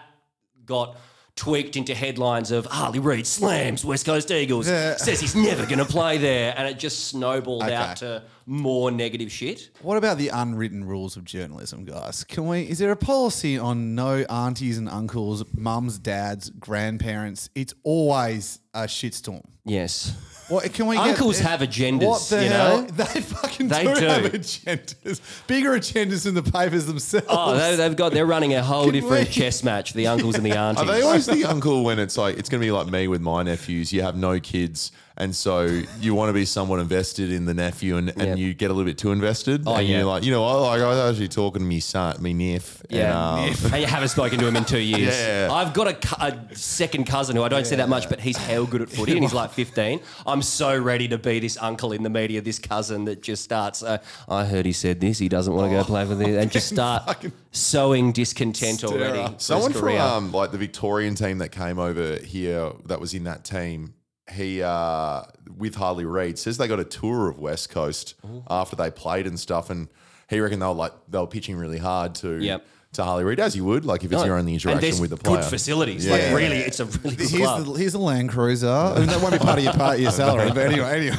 got tweaked into headlines of Harley Reid slams West Coast Eagles,
Yeah.
says he's never going to play there, and it just snowballed
Okay.
out to more negative shit.
What about the unwritten rules of journalism, guys? Can we? Is there a policy on no aunties and uncles, mums, dads, grandparents? It's always a shitstorm.
Yes,
What can we?
Uncles
get,
have agendas,
What the
you
hell?
know?
They fucking
They
do,
do.
have agendas. Bigger agendas than the papers themselves.
oh, they, they've got they're running a whole
Can
different
we-
chess match. The uncles and the
Are
aunties.
they always the uncle when it's like it's going to be like me with my nephews? You have no kids, and so you want to be somewhat invested in the nephew, and, and
Yeah.
you get a little bit too invested,
Oh,
and
yeah.
you're like, you know, I like I was actually talking to me son, me nephew,
Yeah,
and, um,
and you haven't spoken to him in two years.
Yeah.
I've got a cu- a, second cousin who I don't see that much, but he's hell good at footy, and he's like fifteen. I'm so ready to be this uncle in the media, this cousin that just starts. Uh, I heard he said this. He doesn't want to go play for this, and just start sowing discontent already. for his
uh, Someone from
career.
um, like the Victorian team that came over here that was in that team, he uh, with Harley Reid says they got a tour of West Coast after they played and stuff, and he reckoned they were like they were pitching really hard to
Yep.
to Harley Reid as you would like if it's
No.
your only
And
interaction
there's
with the player.
Good facilities, like
Yeah.
really, it's a really good
Here's
club.
the, here's a Land Cruiser. I mean, that won't be part of your part of your salary, but anyway, anyway.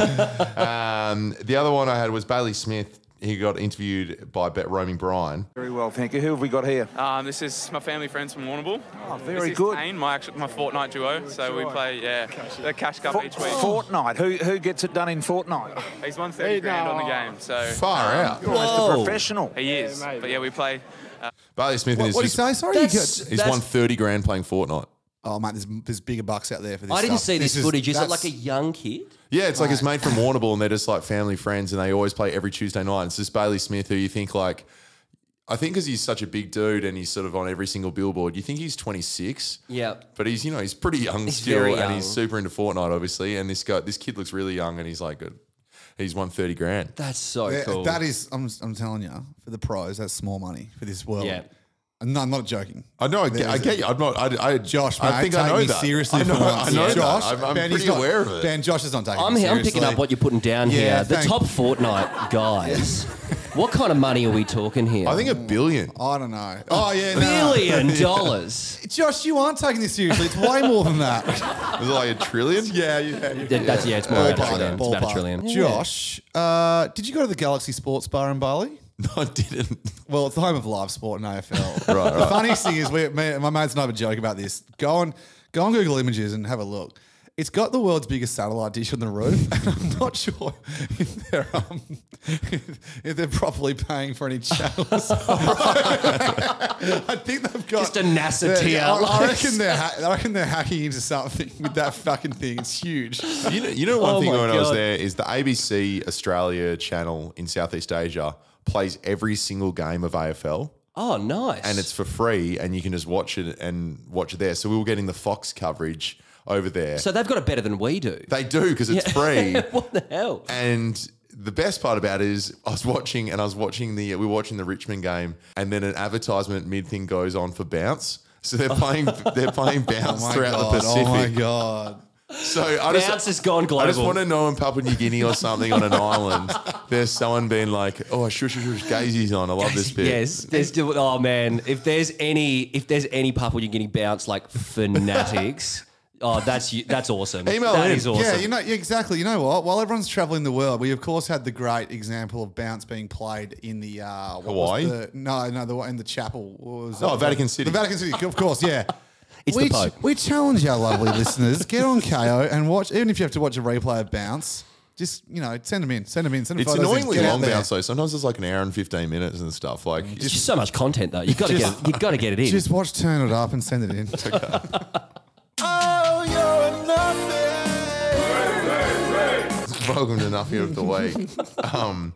Um, the other one I had was Bailey Smith. He got interviewed by Bet Roaming Brian.
Very well, thank you. Who have we got here?
Um, this is my family friends from Warrnambool. Oh,
very
this is
good.
Kane, my, actual, my fortnight duo. So we play, yeah, the cash cup each week.
Fortnite. Who who gets it done in Fortnite?
He's won 30 grand on the game. So
Far
Um,
out.
You're almost a professional.
He is. but yeah, we play. Uh,
Bailey Smith is
What did
just,
he say? Sorry, you
That's-
got-
he's won thirty grand playing Fortnite.
Oh mate, there's, there's bigger bucks out there for this.
I didn't
stuff.
see this,
is-
footage. Is it
that's-
like a young kid?
Yeah, it's like it's made from Warnable and they're just like family friends and they always play every Tuesday night. It's just Bailey Smith who you think like, I think because he's such a big dude and he's sort of on every single billboard, you think he's 26,
Yeah.
but he's, you know, he's pretty young
He's
still
very
and
young.
he's super into Fortnite, obviously. And this guy, this kid looks really young and he's like, good. he's won 30 grand.
That's so
Yeah,
cool.
That is, I'm, I'm telling you, for the pros, that's small money for this world.
Yeah.
No, I'm not joking.
I know, I get, I get you. I'm not, I, I
Josh, mate,
I think
take
I know
me
that.
seriously
I know,
for once.
I know
Yeah.
that.
Josh,
I'm, I'm
Ben, he's
pretty
not-
aware of it.
Ben, Josh is not taking
I'm,
it
I'm picking
seriously.
up what you're putting down
Yeah,
here. The
thank-
top Fortnite guys. what kind of money are we talking here?
I think uh, a billion.
I don't know. Oh, yeah. no.
billion dollars.
Josh, you aren't taking this seriously. It's way more than that.
Is it like a trillion?
yeah, yeah. yeah.
That- that's- yeah, it's more about a
Ballpark,
trillion. It's about a
ballpark.
trillion.
Josh, uh, did you go to the Galaxy Sports Bar in Bali?
No, I didn't.
Well, it's the home of live sport and AFL.
Right,
The
right.
funniest thing is, we, me, my mates and I have a joke about this. Go on, go on Google Images and have a look. It's got the world's biggest satellite dish on the roof, and I'm not sure if they're um, if they're properly paying for any channels. I think they've got
Just a NASA
Yeah,
tier.
yeah, I, I reckon they're ha- I reckon they're hacking into something with that fucking thing. It's huge.
You know, you know one
Oh
thing
my
when I was
God.
there is the ABC Australia channel in Southeast Asia plays every single game of AFL
Oh, nice.
and it's for free and you can just watch it and watch it there. So we were getting the Fox coverage over there.
so they've got it better than we do.
they do because it's free.
what the hell?
and the best part about it is I was watching and I was watching the we were watching the Richmond game and then an advertisement mid thing goes on for bounce. So they're playing they're playing
Oh
bounce throughout
God,
the Pacific.
Oh my god.
So I
Bounce
just,
has gone global.
I just want to know in Papua New Guinea or something on an island, there's someone being like, "Oh, shush, shush, shush, Daisy's on. I love this bit."
Yes, there's still, oh man, if there's any if there's any Papua New Guinea bounce like fanatics, Oh, that's that's awesome.
Email
That
in.
is awesome.
Yeah, you know yeah, exactly. You know what? While everyone's traveling the world, we of course had the great example of bounce being played in the uh, what was
Hawaii?
the- no, no, the one in the chapel. What was
Oh,
it?
Vatican City.
The Vatican City, of course. Yeah.
It's
we
the Pope.
we challenge our lovely listeners. Get on KO and watch, even if you have to watch a replay of bounce. Just you know, send them in, send them in, send them.
It's annoyingly long bounce though. Sometimes it's like an hour and fifteen minutes and stuff. Like
It's just so much content though. You got to get
Just-
you got to get it in.
Just watch, turn it up, and send it in.
Oh, you're nothing.
Welcome to nothing of the week. Um,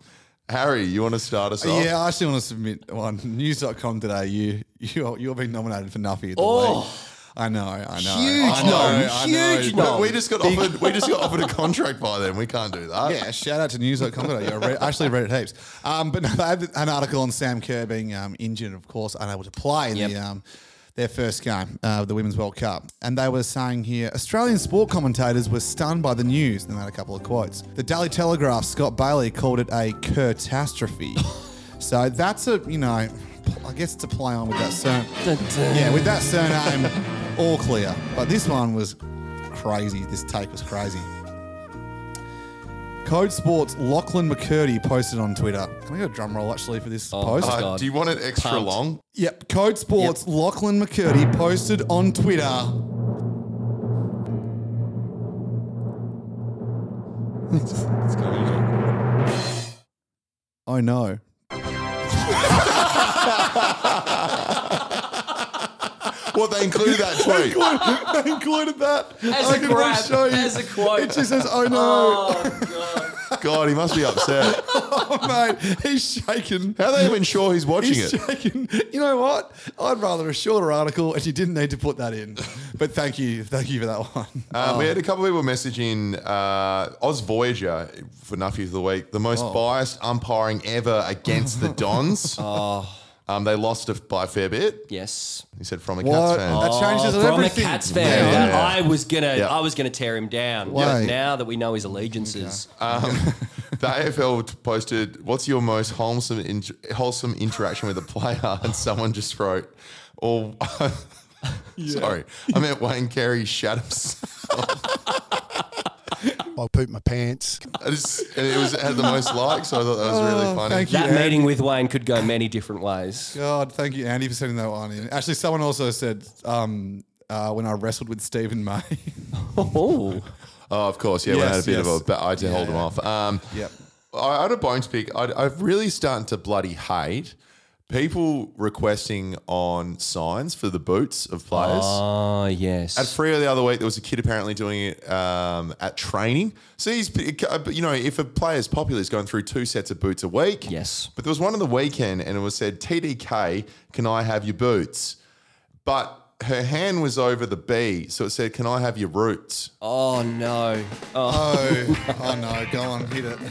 Harry, you want to start us off?
Yeah, I actually want to submit one. News.com today, you, you, you're being nominated for Nuffy of the
Oh.
Week. I know, I know.
Huge
I know,
nom,
I know.
huge
But
nom. We just got offered- we just got offered a contract by them. We can't do that.
Yeah, shout out to news.com today. I read, I actually read it heaps. Um, but no, they had an article on Sam Kerr being um, injured, and of course, unable to play in the, um, their first game uh, of the Women's World Cup. And they were saying here Australian sport commentators were stunned by the news. And they had a couple of quotes. The Daily Telegraph, Scott Bailey called it a catastrophe. so that's a, you know, I guess to play on with that surname. yeah, with that surname, all clear. But this one was crazy. This take was crazy. Code Sports Lachlan McCurdy posted on Twitter. Can I get a drum roll actually for this post?
Uh, do you want it extra long?
Yep. Code Sports Lachlan McCurdy posted on Twitter. Oh no.
What they included that
They
tweet.
included, they included that.
As
I
a
didn't
grab,
wanna show you.
as a quote.
It just says, oh no.
God, he must be upset.
Oh, mate. He's shaken.
How are they even sure he's watching
He's
it?
shaking. You know what? I'd rather a shorter article and you didn't need to put that in. But thank you. Thank you for that one.
Uh,
Oh.
We had a couple of people messaging uh, Oz Voyager for Nuffy of the Week, the most
Oh.
biased umpiring ever against the Dons.
Oh.
Um, they lost it by a fair bit.
Yes,
he said from a Cats
What?
fan.
Oh. That changes
from
everything.
a Cats fan,
Yeah, yeah.
I was gonna,
Yeah.
I was gonna tear him down.
Why?
But now that we know his allegiances,
Um, the AFL t- posted, "What's your most wholesome in- wholesome interaction with a player?" And someone just wrote, "Or sorry, I meant Wayne Carey shat himself."
I pooped my pants.
I just- and it was it had the most likes, so I thought that was
Oh,
really funny.
that meeting with Wayne could go many different ways.
God, thank you, Andy, for sending that one in. Actually, someone also said um, uh, when I wrestled with Stephen May.
oh.
Oh, of course, yeah. we
Yes,
had a bit
yes.
of a, but I had to
Yeah,
hold them
yeah.
off. Um,
Yep.
I, I had a bone to pick. I, I'm really starting to bloody hate people requesting on signs for the boots of players.
Oh, yes.
At Freo the other week, there was a kid apparently doing it um, at training. So he's, uh, you know, if a player's popular, he's going through two sets of boots a week.
Yes.
But there was one on the weekend and it was said, TDK, can I have your boots? But her hand was over the B. So it said, can I have your roots?
Oh, no.
Oh, oh no, go on, hit it.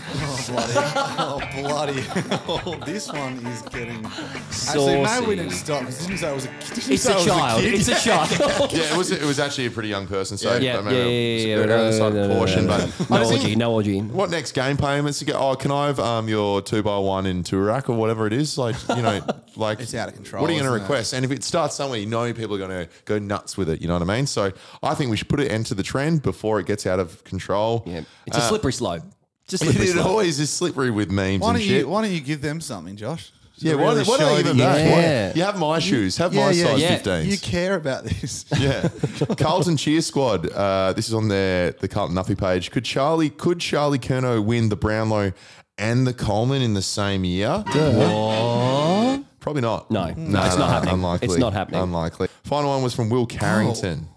Oh, bloody. Oh, bloody. Oh, this one is getting. Actually, maybe we
Saucy.
didn't stop because didn't say it was a didn't
It's
say
a
it was
child.
kid.
It's a
Yeah.
yeah, it was it was actually a pretty young person, so
Yeah.
but maybe
Yeah,
it was
yeah,
a bit
yeah,
out of
no,
sight of
no, no, no,
caution.
no, no.
But
No
I just
orgy,
think-
no orgy.
What next game payments to get? Oh, can I have um, your two by one in Turak or whatever it is? Like you know, like
It's out of control,
What are you going
isn't
to
it?
request? And if it starts somewhere, you know people are going to go nuts with it. You know what I mean? So I think we should put an end to the trend before it gets out of control. Yeah,
It's a slippery slope. It's a
it
slippery
it
slope.
always is slippery with memes
Why
and
don't,
shit.
you, why don't you give them something, Josh?
yeah,
To
why,
really
why
show
don't you give it
that
back?
you
Why-
care.
You have my shoes. Have my
Yeah, yeah,
size
yeah.
15s.
You care about this.
Yeah. Carlton Cheer Squad. Uh, this is on their the Carlton Nuffy page. Could Charlie could Charlie Kerno win the Brownlow and the Coleman in the same year?
What?
Probably not.
No, no, it's not happening.
Unlikely.
It's not happening. Oh.
Unlikely. Final one was from Will Carrington.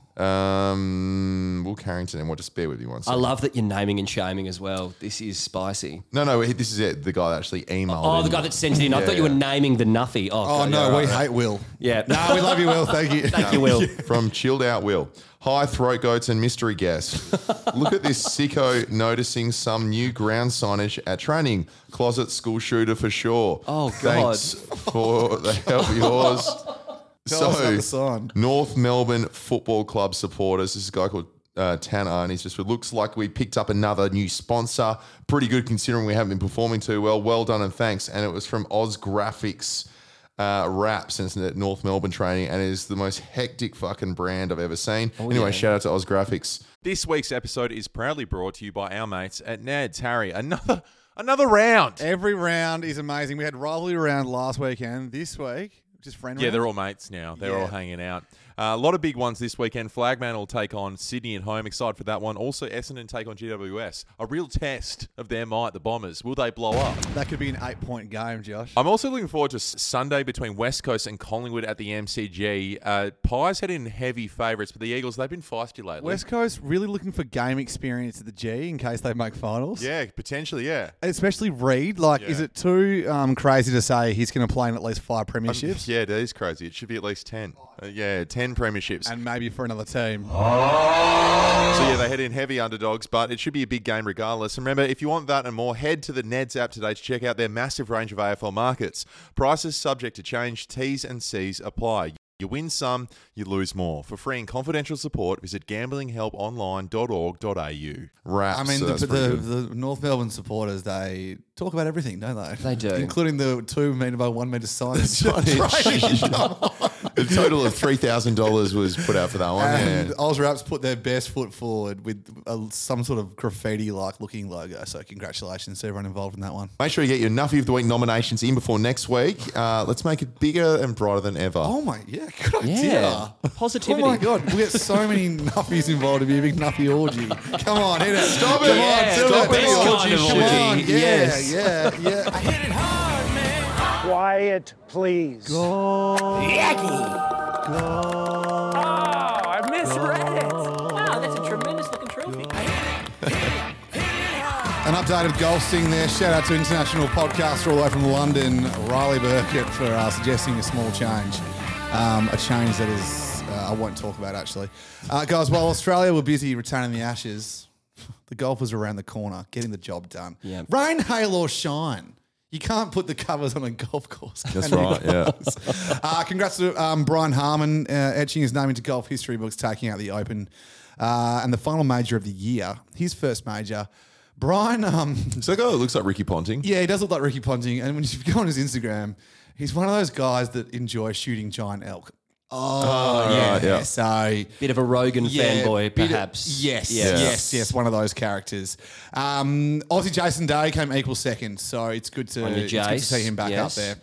Um, Will Carrington, and what? Just bear with me one
I
second.
love that you're naming and shaming as well. This is spicy.
No, no, this is it. The guy that actually emailed.
Oh, the
in.
guy that sent it in. I
Yeah,
thought you were
yeah.
naming the Nuffy. Oh,
Oh,
God,
no,
yeah,
we
right,
hate
right.
Will.
Yeah.
No, we love you, Will. Thank you.
Thank you, Will.
From Chilled Out Will. Hi, throat goats and mystery guests. Look at this sicko noticing some new ground signage at training. Closet school shooter for sure.
Oh,
Thanks for the help yours.
Tell us about the sign.
North Melbourne Football Club supporters. This is a guy called uh, Tanner, and he's just, it looks like we picked up another new sponsor. Pretty good considering we haven't been performing too well. Well done and thanks. And it was from Oz Graphics. uh, wrap since the North Melbourne training and is the most hectic fucking brand I've ever seen. anyway,
yeah.
shout out to Oz Graphics.
This week's episode is proudly brought to you by our mates at Nads. Harry, another another round.
Every round is amazing. We had rivalry round last weekend. This week, just friend
Yeah,
round.
they're all mates now. They're all
Yeah.
hanging out. Uh, a lot of big ones this weekend. Flagman will take on Sydney at home. Excited for that one. Also, Essendon take on GWS. A real test of their might, the Bombers. Will they blow up?
That could be an eight point game, Josh.
I'm also looking forward to s- Sunday between West Coast and Collingwood at the MCG. Uh, Pies had in heavy favourites, but the Eagles, they've been feisty lately.
West Coast really looking for game experience at the G in case they make finals.
yeah, potentially, yeah.
Especially Reed. Like, is it too um, crazy to say he's going to play in at least five
Um,
premierships?
yeah, that is crazy. It should be at least 10. Uh, yeah, 10 premierships.
and maybe for another team.
So yeah, they head in heavy underdogs, but it should be a big game regardless. And remember, if you want that and more, head to the Neds app today to check out their massive range of AFL markets. Prices subject to change. T's and C's apply. You win some, you lose more. For free and confidential support, visit gamblinghelponline.org.au.
Wraps.
I mean,
so
the,
that's pretty
the,
good.
the North Melbourne supporters, they talk about everything, don't they?
They do.
Including the two metre by one metre sign. That's
A total of three thousand dollars was put out for that one.
And
yeah.
Oz Raps put their best foot forward with a, some sort of graffiti like looking logo. So, congratulations to everyone involved in that one.
Make sure you get your Nuffy of the Week nominations in before next week. Uh, let's make it bigger and brighter than ever.
Oh, my, yeah, good
Yeah.
idea.
Positivity.
Oh, my God. We get so many Nuffies involved. It'd be a big Nuffy orgy. Come on, hit it.
Stop
Come
it. Yeah,
on, do
stop
it.
it. Best kind of
Come on.
orgy.
Yeah,
Yes.
yeah, yeah.
Quiet, please. Go. Yaki. Go.
Oh, I misread it. Wow, that's a tremendous looking trophy.
An update of golf sting there. Shout out to international podcaster all the way from London, Riley Burkett, for uh, suggesting a small change. Um, a change that is, uh, I won't talk about actually. Uh, guys, while Australia were busy returning the ashes, the golfers were around the corner getting the job done. Yeah. Rain, hail, or shine. You can't put the covers on a golf course.
That's
can you,
right, yeah.
guys? uh, congrats to um, Brian Harmon, uh, etching his name into golf history books, taking out the Open uh, and the final major of the year, his first major. Brian, um,
So that guy that looks like Ricky Ponting.
yeah, he does look like Ricky Ponting, and when you go on his Instagram, he's one of those guys that enjoy shooting giant elk.
Oh,
yeah,
right, yeah.
So
bit of a Rogan
yeah,
fanboy,
bit of-
perhaps.
yes,
Yeah.
yes, yes, one of those characters. Um, Aussie Jason Day came equal second, so it's good to,
On your
it's good to
Jace,
see him back
yes.
up there.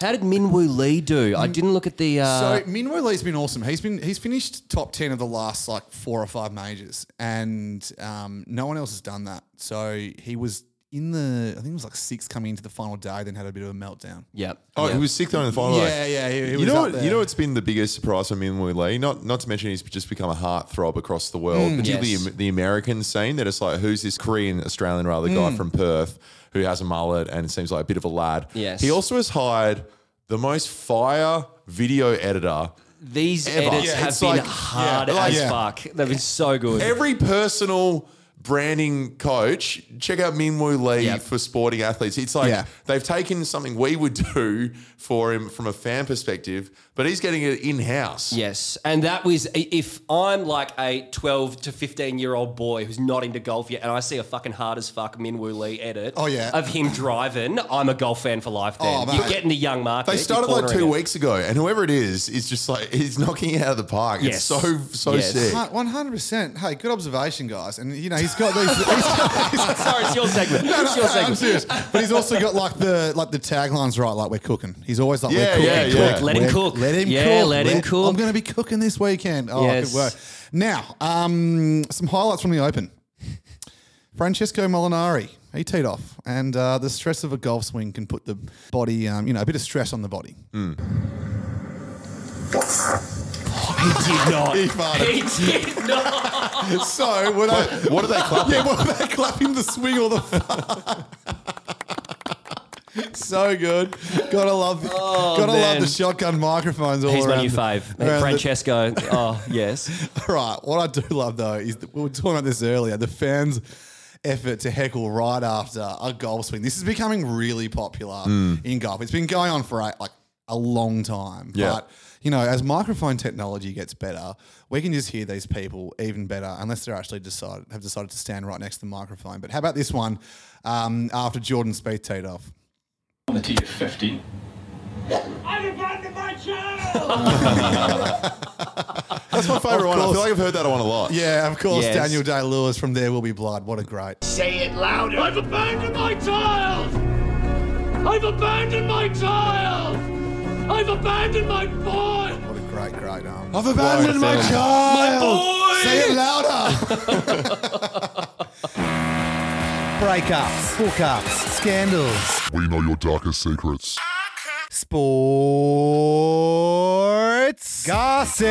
How did Minwoo Lee do?
Mm.
I didn't look at the. Uh,
so Minwoo Lee's been awesome. He's been he's finished top ten of the last like four or five majors, and um, no one else has done that. So he was in the I think it was like sixth coming into the final day, then had a bit of a meltdown.
yeah.
Oh, he was sixth on the final.
Yeah,
day.
yeah, he- he
you
was
know,
up
what,
there.
you know, what's been the biggest surprise for Minwoo Lee. Not, not to mention, he's just become a heartthrob across the world,
Mm.
particularly
Yes.
the American scene. That it's like, who's this Korean Australian rather guy
Mm.
from Perth who has a mullet and seems like a bit of a lad?
Yes.
He also has hired the most fire video editor.
These
ever.
edits
Yeah,
have
it's
been
like-
hard
yeah, like-
as
yeah.
fuck. They've been so good.
Every personal branding coach, check out Minwoo Lee for sporting athletes. It's like
Yeah.
they've taken something we would do for him from a fan perspective, but he's getting it in house.
Yes. And that was, i- if I'm like a 12 to 15 year old boy who's not into golf yet and I see a fucking hard as fuck Minwoo Lee edit
Oh, yeah.
of him driving, I'm a golf fan for life
Oh,
then.
mate.
You're getting the young market.
They
you're
started like
cornering
two
it.
weeks ago, and whoever it is is just like he's knocking it out of the park. It's
Yes.
so so sick.
One hundred percent. Hey, good observation, guys. And you know he's got these. he's got,
Sorry, it's your segment.
No, no,
It's your
no, I'm
segment.
serious. But he's also got like the like the taglines right. Like we're cooking. He's always like,
Yeah,
we're cooking.
yeah,
cooking,
yeah. Let him
we're-
cook.
Let him
Yeah,
cook.
let him cook.
I'm going to be cooking this weekend. Oh,
Yes.
good work. Now, um, some highlights from the Open. Francesco Molinari. He teed off, and uh, the stress of a golf swing can put the body, um, you know, a bit of stress on the body.
Hmm.
He did not.
He farted.
He did not.
so were they,
what are they clapping?
Yeah, what are they clapping? The swing or the fart? so good. Gotta love. gotta love
Oh, man.
the shotgun microphones all
He's my
around.
new
the-
fave.
around the-
Francesco. Oh, yes.
Right. What I do love though is that we were talking about this earlier. The fans. Effort to heckle right after a golf swing. This is becoming really popular
Mm.
in golf. It's been going on for a, like a long time.
Yeah.
But you know, as microphone technology gets better, we can just hear these people even better, unless they're actually decided have decided to stand right next to the microphone. But how about this one um, after Jordan Spieth teed off?
on the tee to 50.
I've abandoned my
That's my favourite one. I feel like I've heard that one a lot.
Yeah, of course.
Yes.
Daniel Day Lewis from There Will Be Blood. What a great.
Say it louder. I've abandoned my child. I've abandoned my child. I've abandoned my boy.
What a great, great. Um,
I've abandoned
quote.
my child.
My
Oh,
boy.
Say it louder. Breakups, hookups, scandals.
We know your darkest secrets.
Sports gossip.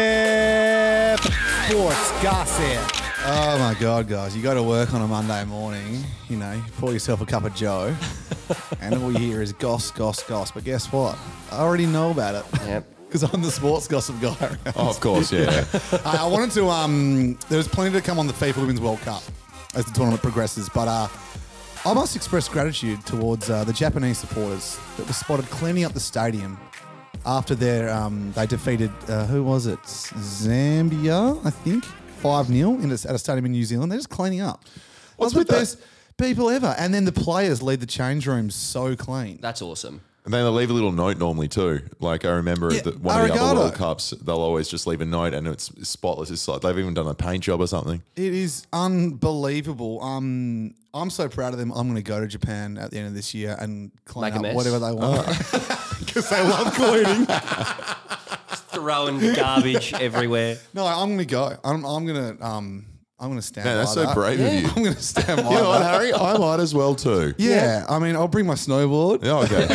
Sports gossip. Oh my God, guys. You go to work on a Monday morning, you know, you pour yourself a cup of Joe, and all you hear is goss, goss, goss. But guess what? I already know about it. Yep. Because I'm the sports gossip guy.
Oh, of course, yeah.
Uh, I, I wanted to. Um, there was plenty to come on the FIFA Women's World Cup as the tournament progresses, but uh, I must express gratitude towards uh, the Japanese supporters that were spotted cleaning up the stadium after their um, they defeated uh, who was it? Zambia, I think, five 0 in a, at a stadium in New Zealand. They're just cleaning up. What's with those people ever? And then the players lead the change rooms so clean.
That's awesome.
And then they leave a little note normally too. Like I remember
Yeah,
that one of the other
Arigato.
World Cups, they'll always just leave a note and it's spotless. It's like they've even done a paint job or something.
It is unbelievable. Um, I'm so proud of them. I'm going to go to Japan at the end of this year and clean
Make a
up
mess.
whatever they want because they love cleaning.
Throwing garbage everywhere.
No, I'm going to go. I'm, I'm going to um, I'm going to stand.
Man, that's
by
so
that.
brave of you.
I'm
You
going to stand by.
know what,
that.
Harry? I might as well too.
Yeah, I mean, I'll bring my snowboard.
Yeah, okay.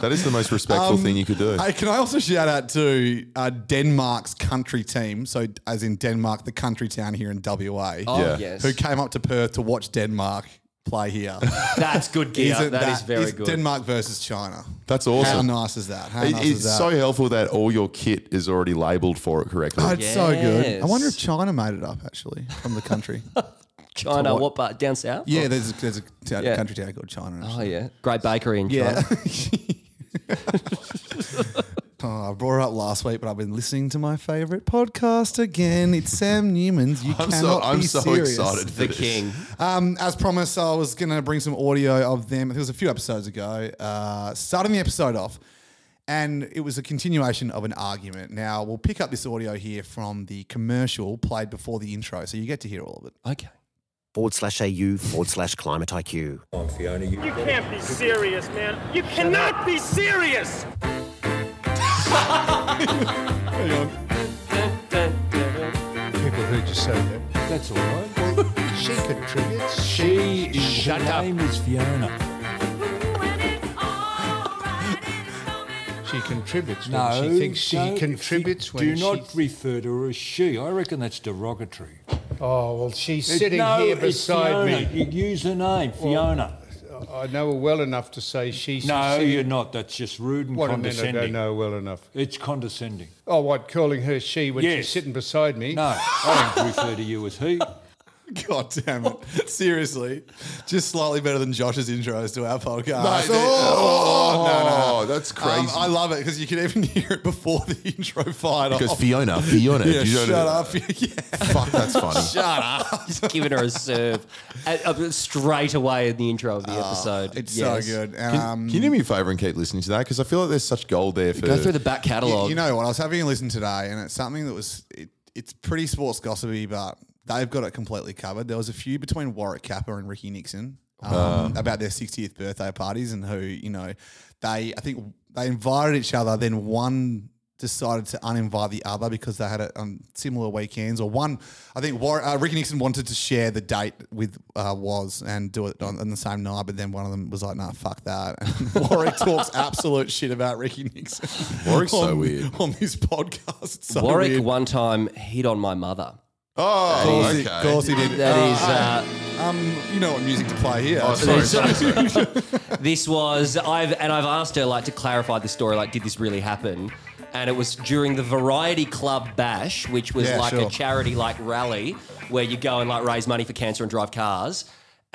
That is the most respectful
Um,
thing you could do.
Hey, can I also shout out to uh, Denmark's country team? So, as in Denmark, the country town here in WA.
Oh, Yeah. yes.
Who came up to Perth to watch Denmark play here.
That's good gear.
Isn't
that is very
is
good.
Denmark versus China.
That's awesome.
How nice is that? How
It-
nice
it's
is that?
so helpful that all your kit is already labeled for it correctly.
Oh, it's so good. I wonder if China made it up actually from the country.
China,
To
what?
what-
part? Down south?
yeah, there's a, there's a ta-
Yeah.
country town called China.
Oh, yeah. Great bakery in
Yeah.
China.
Oh, I brought it up last week, but I've been listening to my favorite podcast again. It's Sam Newman's. You
I'm so-
cannot
I'm
be
so
serious.
excited for The this. king.
Um, as promised, I was going to bring some audio of them. It was a few episodes ago. Uh, starting the episode off, and it was a continuation of an argument. Now we'll pick up this audio here from the commercial played before the intro, so you get to hear all of it.
Okay.
forward slash au forward slash climate IQ. I'm Fiona.
You can't be serious, man. You cannot be serious.
People who just say that. That's all right. she contributes. She is. Shut up. name is Fiona. She contributes. doesn't
No,
she thinks she
no, if you
contributes when
Do
she
not refer to her as she. I reckon that's derogatory.
Oh well, she's
It-
sitting
no,
here
it's
beside
Fiona.
me.
You use her name, Fiona.
Well, I know her well enough to say she's.
No,
sitting-
you're not. That's just rude and
What a minute! I
condescending.
don't know well enough.
It's condescending.
Oh, what calling her she when
Yes.
she's sitting beside me?
No, I don't refer to you as he.
God damn it! Seriously, just slightly better than Josh's intros to our podcast.
No,
oh,
dude. Oh, that's
Um,
crazy.
I love it because you can even hear it before the intro fired off.
Because Fiona, Fiona,
yeah,
do you know-
shut up. yeah.
Fuck, that's funny.
Shut up.
Just giving her a serve at, uh, straight away in the intro of the episode.
Ah, it's so
Yes.
good.
Can,
Um,
can you do me a favor and keep listening to that? Because I feel like there's such gold there for
Go through
the back
You,
catalogue.
you know what? I was having a listen today, and it's something that was it, it's pretty sports gossipy, but they've got it completely covered. There was a feud between Warwick Kappa and Ricky Nixon um,
Ah.
about their 60th birthday parties, and who you know they I think they invited each other, then one decided to uninvite the other because they had it on similar weekends or one i think War- uh, ricky nixon wanted to share the date with uh, was and do it on, on the same night but then one of them was like nah fuck that and warwick talks absolute shit about ricky nixon
Warwick's so
on-
weird.
on this podcast. It's so
Warwick
weird.
one time hit on my mother.
Oh,
Of course, he,
okay.
of course he did.
That is,
uh, um, you know what music to play here.
Oh, sorry,
It's-
sorry, sorry. this was I've and I've asked her like to clarify the story, like did this really happen? And it was during the Variety Club Bash, which was
Yeah,
like
sure.
a charity like rally where you go and like raise money for cancer and drive cars.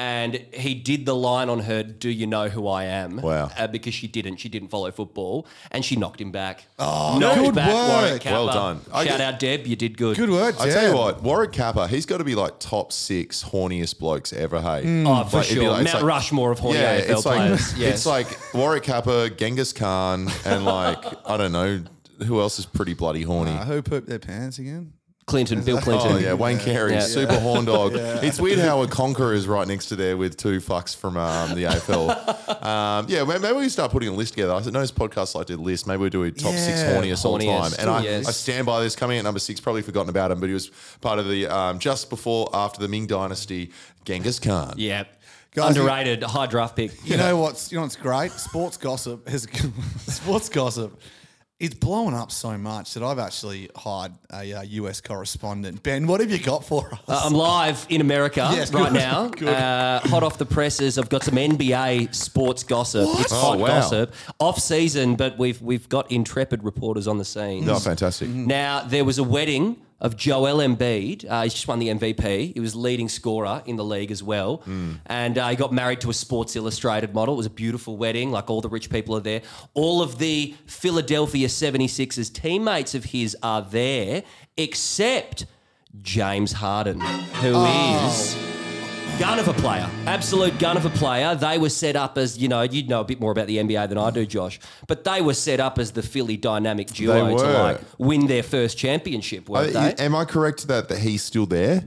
and he did the line on her, "Do you know who I am?" Wow, uh, because she didn't. She didn't follow football, and she knocked him back.
Oh,
knocked
good
back
work.
Warwick Kappa.
Well done. I
Shout
get-
out Deb, you did good.
I tell you what, Warwick Kappa, he's got to be like top six horniest blokes ever. Hey,
Mm. Oh, for
it'd be
sure.
like- it's
Mount Rushmore of horny AFL
it's like,
players. Yes.
It's like Warwick Kappa, Genghis Khan, and like I don't know who else is pretty bloody horny.
Uh, who pooped their pants again?
Clinton, Bill Clinton.
Oh yeah, Wayne Carey,
Yeah.
super
Yeah.
horn dog.
Yeah.
It's weird how a conqueror is right next to there with two fucks from um, the AFL. um, yeah, ma- maybe we can start putting a list together. I noticed podcasts like did list. Maybe we do a top six
Yeah.
horniest, all
Horniest.
time. And I,
Yes.
I stand by this. Coming in at number six, probably forgotten about him, but he was part of the um, just before after the Ming Dynasty, Genghis Khan.
Yeah,
Guys,
underrated, high draft pick.
You know what's you know what's great? Sports gossip is sports gossip. It's blowing up so much that I've actually hired a uh, US correspondent. Ben, what have you got for us?
Uh, I'm live in America
Yes,
right
good.
now.
Good.
Uh, hot off the presses, I've got some NBA sports gossip.
What?
It's
Oh,
hot
wow.
gossip, off season, but we've we've got intrepid reporters on the scene.
No, Oh, fantastic.
Mm-hmm. Now there was a wedding of Joel Embiid. Uh, he's just won the MVP. He was leading scorer in the league as well,
Mm.
and uh, he got married to a Sports Illustrated model. It was a beautiful wedding. Like all the rich people are there. All of the Philadelphia 76ers teammates of his are there, except. James Harden, who is
Oh.
gun of a player, absolute gun of a player. They were set up as you know, you'd know a bit more about the NBA than I do, Josh, but they were set up as the Philly dynamic duo
They
to
were.
like win their first championship,
Uh,
weren't
i-
they?
am I correct that, that he's still there?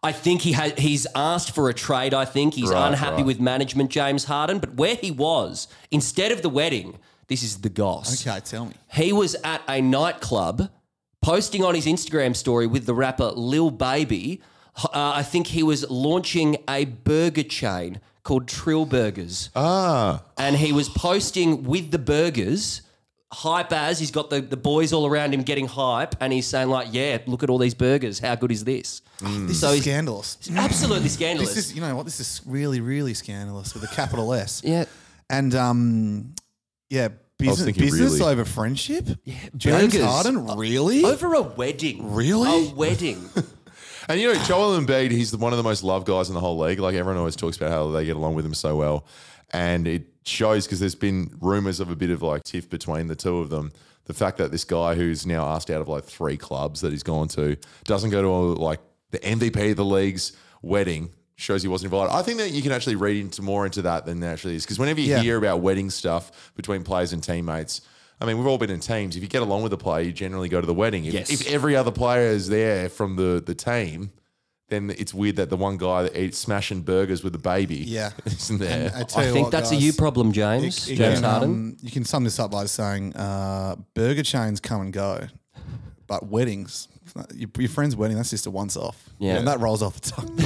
I think he ha- he's asked for a trade. I think he's
Right,
unhappy
right.
with management, James Harden. But where he was, instead of the wedding, this is the goss.
Okay, tell me.
He was at a nightclub posting on his Instagram story with the rapper Lil Baby. Uh, I think he was launching a burger chain called Trill Burgers.
Ah.
And he was posting with the burgers. Hype as he's got the, the boys all around him getting hype, and he's saying, like, yeah, look at all these burgers. How good is this?
This
So
is
he's-
scandalous.
it's absolutely scandalous.
Mm. This is, you know what? This is really, really scandalous with a capital S.
Yeah.
And um, yeah, business,
thinking
business
really.
over friendship. Yeah, James
burgers.
Harden, really?
Uh, Over a wedding.
Really?
A wedding.
And you know, Joel Embiid, he's one of the most loved guys in the whole league. Like everyone always talks about how they get along with him so well. And it shows because there's been rumors of a bit of like tiff between the two of them. The fact that this guy who's now asked out of like three clubs that he's gone to doesn't go to like the MVP of the league's wedding shows he wasn't invited. I think that you can actually read into more into that than there actually is. Because whenever you
Yeah.
hear about wedding stuff between players and teammates, I mean, we've all been in teams. If you get along with a player, you generally go to the wedding. If,
Yes.
if every other player is there from the the team, then it's weird that the one guy that eats smashing burgers with the baby
Yeah.
isn't there.
And I tell you what, guys, it- it can, um, you can sum this up by saying uh, burger chains come and go, but weddings, your, your friend's wedding, that's just a once off.
Yeah.
And that rolls off the tongue.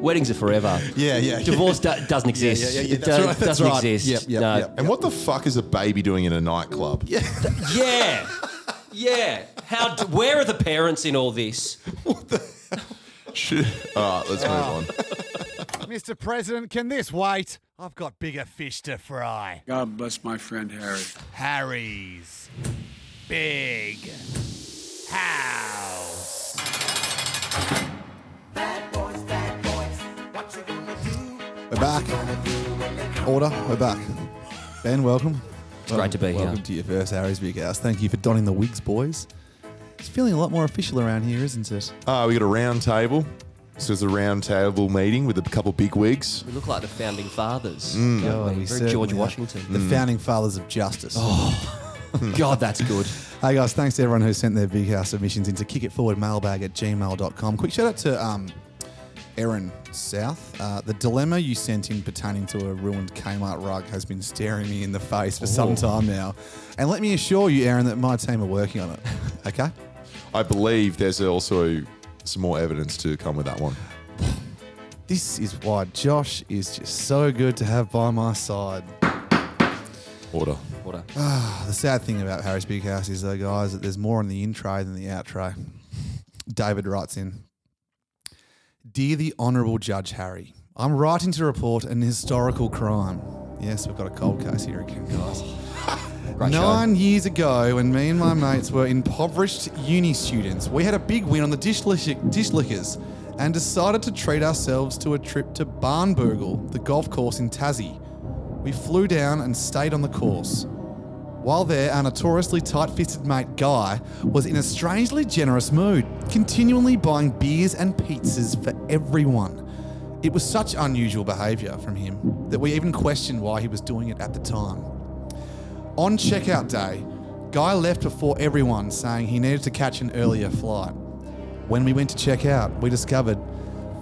Weddings are forever.
Um, Yeah, yeah.
Divorce do- doesn't exist.
yeah, yeah,
it
that's
do-
right, that's
doesn't
right. Yep,
exist.
yep,
no.
yep.
And what the fuck is a baby doing in a nightclub? Yeah.
Yeah. Yeah. How? d- Where are the parents in all this?
all right, let's move on.
Mr. President, can this wait? I've got bigger fish to fry.
God bless my friend Harry.
Harry's big house.
We're back. Order, we're back. Ben, welcome. It's
great to be here.
Welcome to your first Harry's Big House. Thank you for donning the wigs, boys. It's feeling a lot more official around here, isn't it?
Uh, we got a round table. So it's a round table meeting with a couple big wigs.
We look like the founding fathers.
Mm.
don't
God,
we?
we
Very George
certainly are.
Washington. Mm.
The founding fathers of justice.
Oh, God, that's good.
Hey guys, thanks to everyone who sent their big house submissions into kickitforwardmailbag at gmail.com. Quick shout out to um, Aaron South. Uh, the dilemma you sent in pertaining to a ruined Kmart rug has been staring me in the face for some
Ooh.
time now. And let me assure you, Aaron, that my team are working on it. Okay?
I believe there's also some more evidence to come with that one.
This is why Josh is just so good to have by my side.
Order.
Order.
Ah, the sad thing about Harry's Big House is, though, guys, that there's more in the intro than the outro. David writes in Dear the Honourable Judge Harry, I'm writing to report an historical crime. Yes, we've got a cold case here again, guys.
Great show.
Nine years ago, when me and my mates were impoverished uni students, we had a big win on the dish, lick- dish lickers and decided to treat ourselves to a trip to Barnburgle, the golf course in Tassie. We flew down and stayed on the course. While there, our notoriously tight fisted mate Guy was in a strangely generous mood, continually buying beers and pizzas for everyone. It was such unusual behaviour from him that we even questioned why he was doing it at the time. On checkout day, Guy left before everyone saying he needed to catch an earlier flight. When we went to check out, we discovered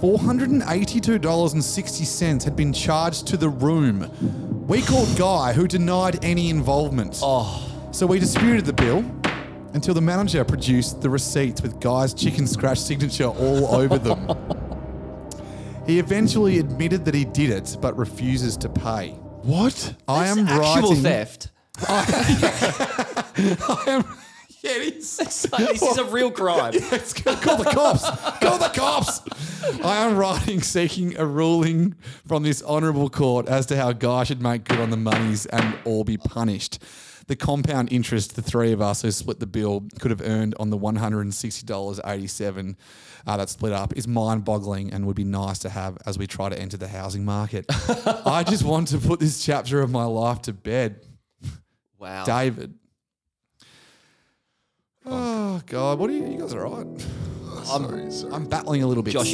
$482.60 had been charged to the room. We called Guy, who denied any involvement. Oh. So we disputed the bill until the manager produced the receipts with Guy's chicken scratch signature all over them. he eventually admitted that he did it, but refuses to pay.
What?
I
That's
am
actual
writing-
theft.
I am.
Yeah, it is. It's like, this is a real crime.
Call the cops. Call the cops. I am writing seeking a ruling from this honourable court as to how Guy should make good on the monies and all be punished. The compound interest the three of us who split the bill could have earned on the $160.87 uh, that split up is mind boggling and would be nice to have as we try to enter the housing market. I just want to put this chapter of my life to bed.
Wow.
David. Oh God, what are you? You guys all right?
sorry, sorry.
I'm battling a little bit.
I'm,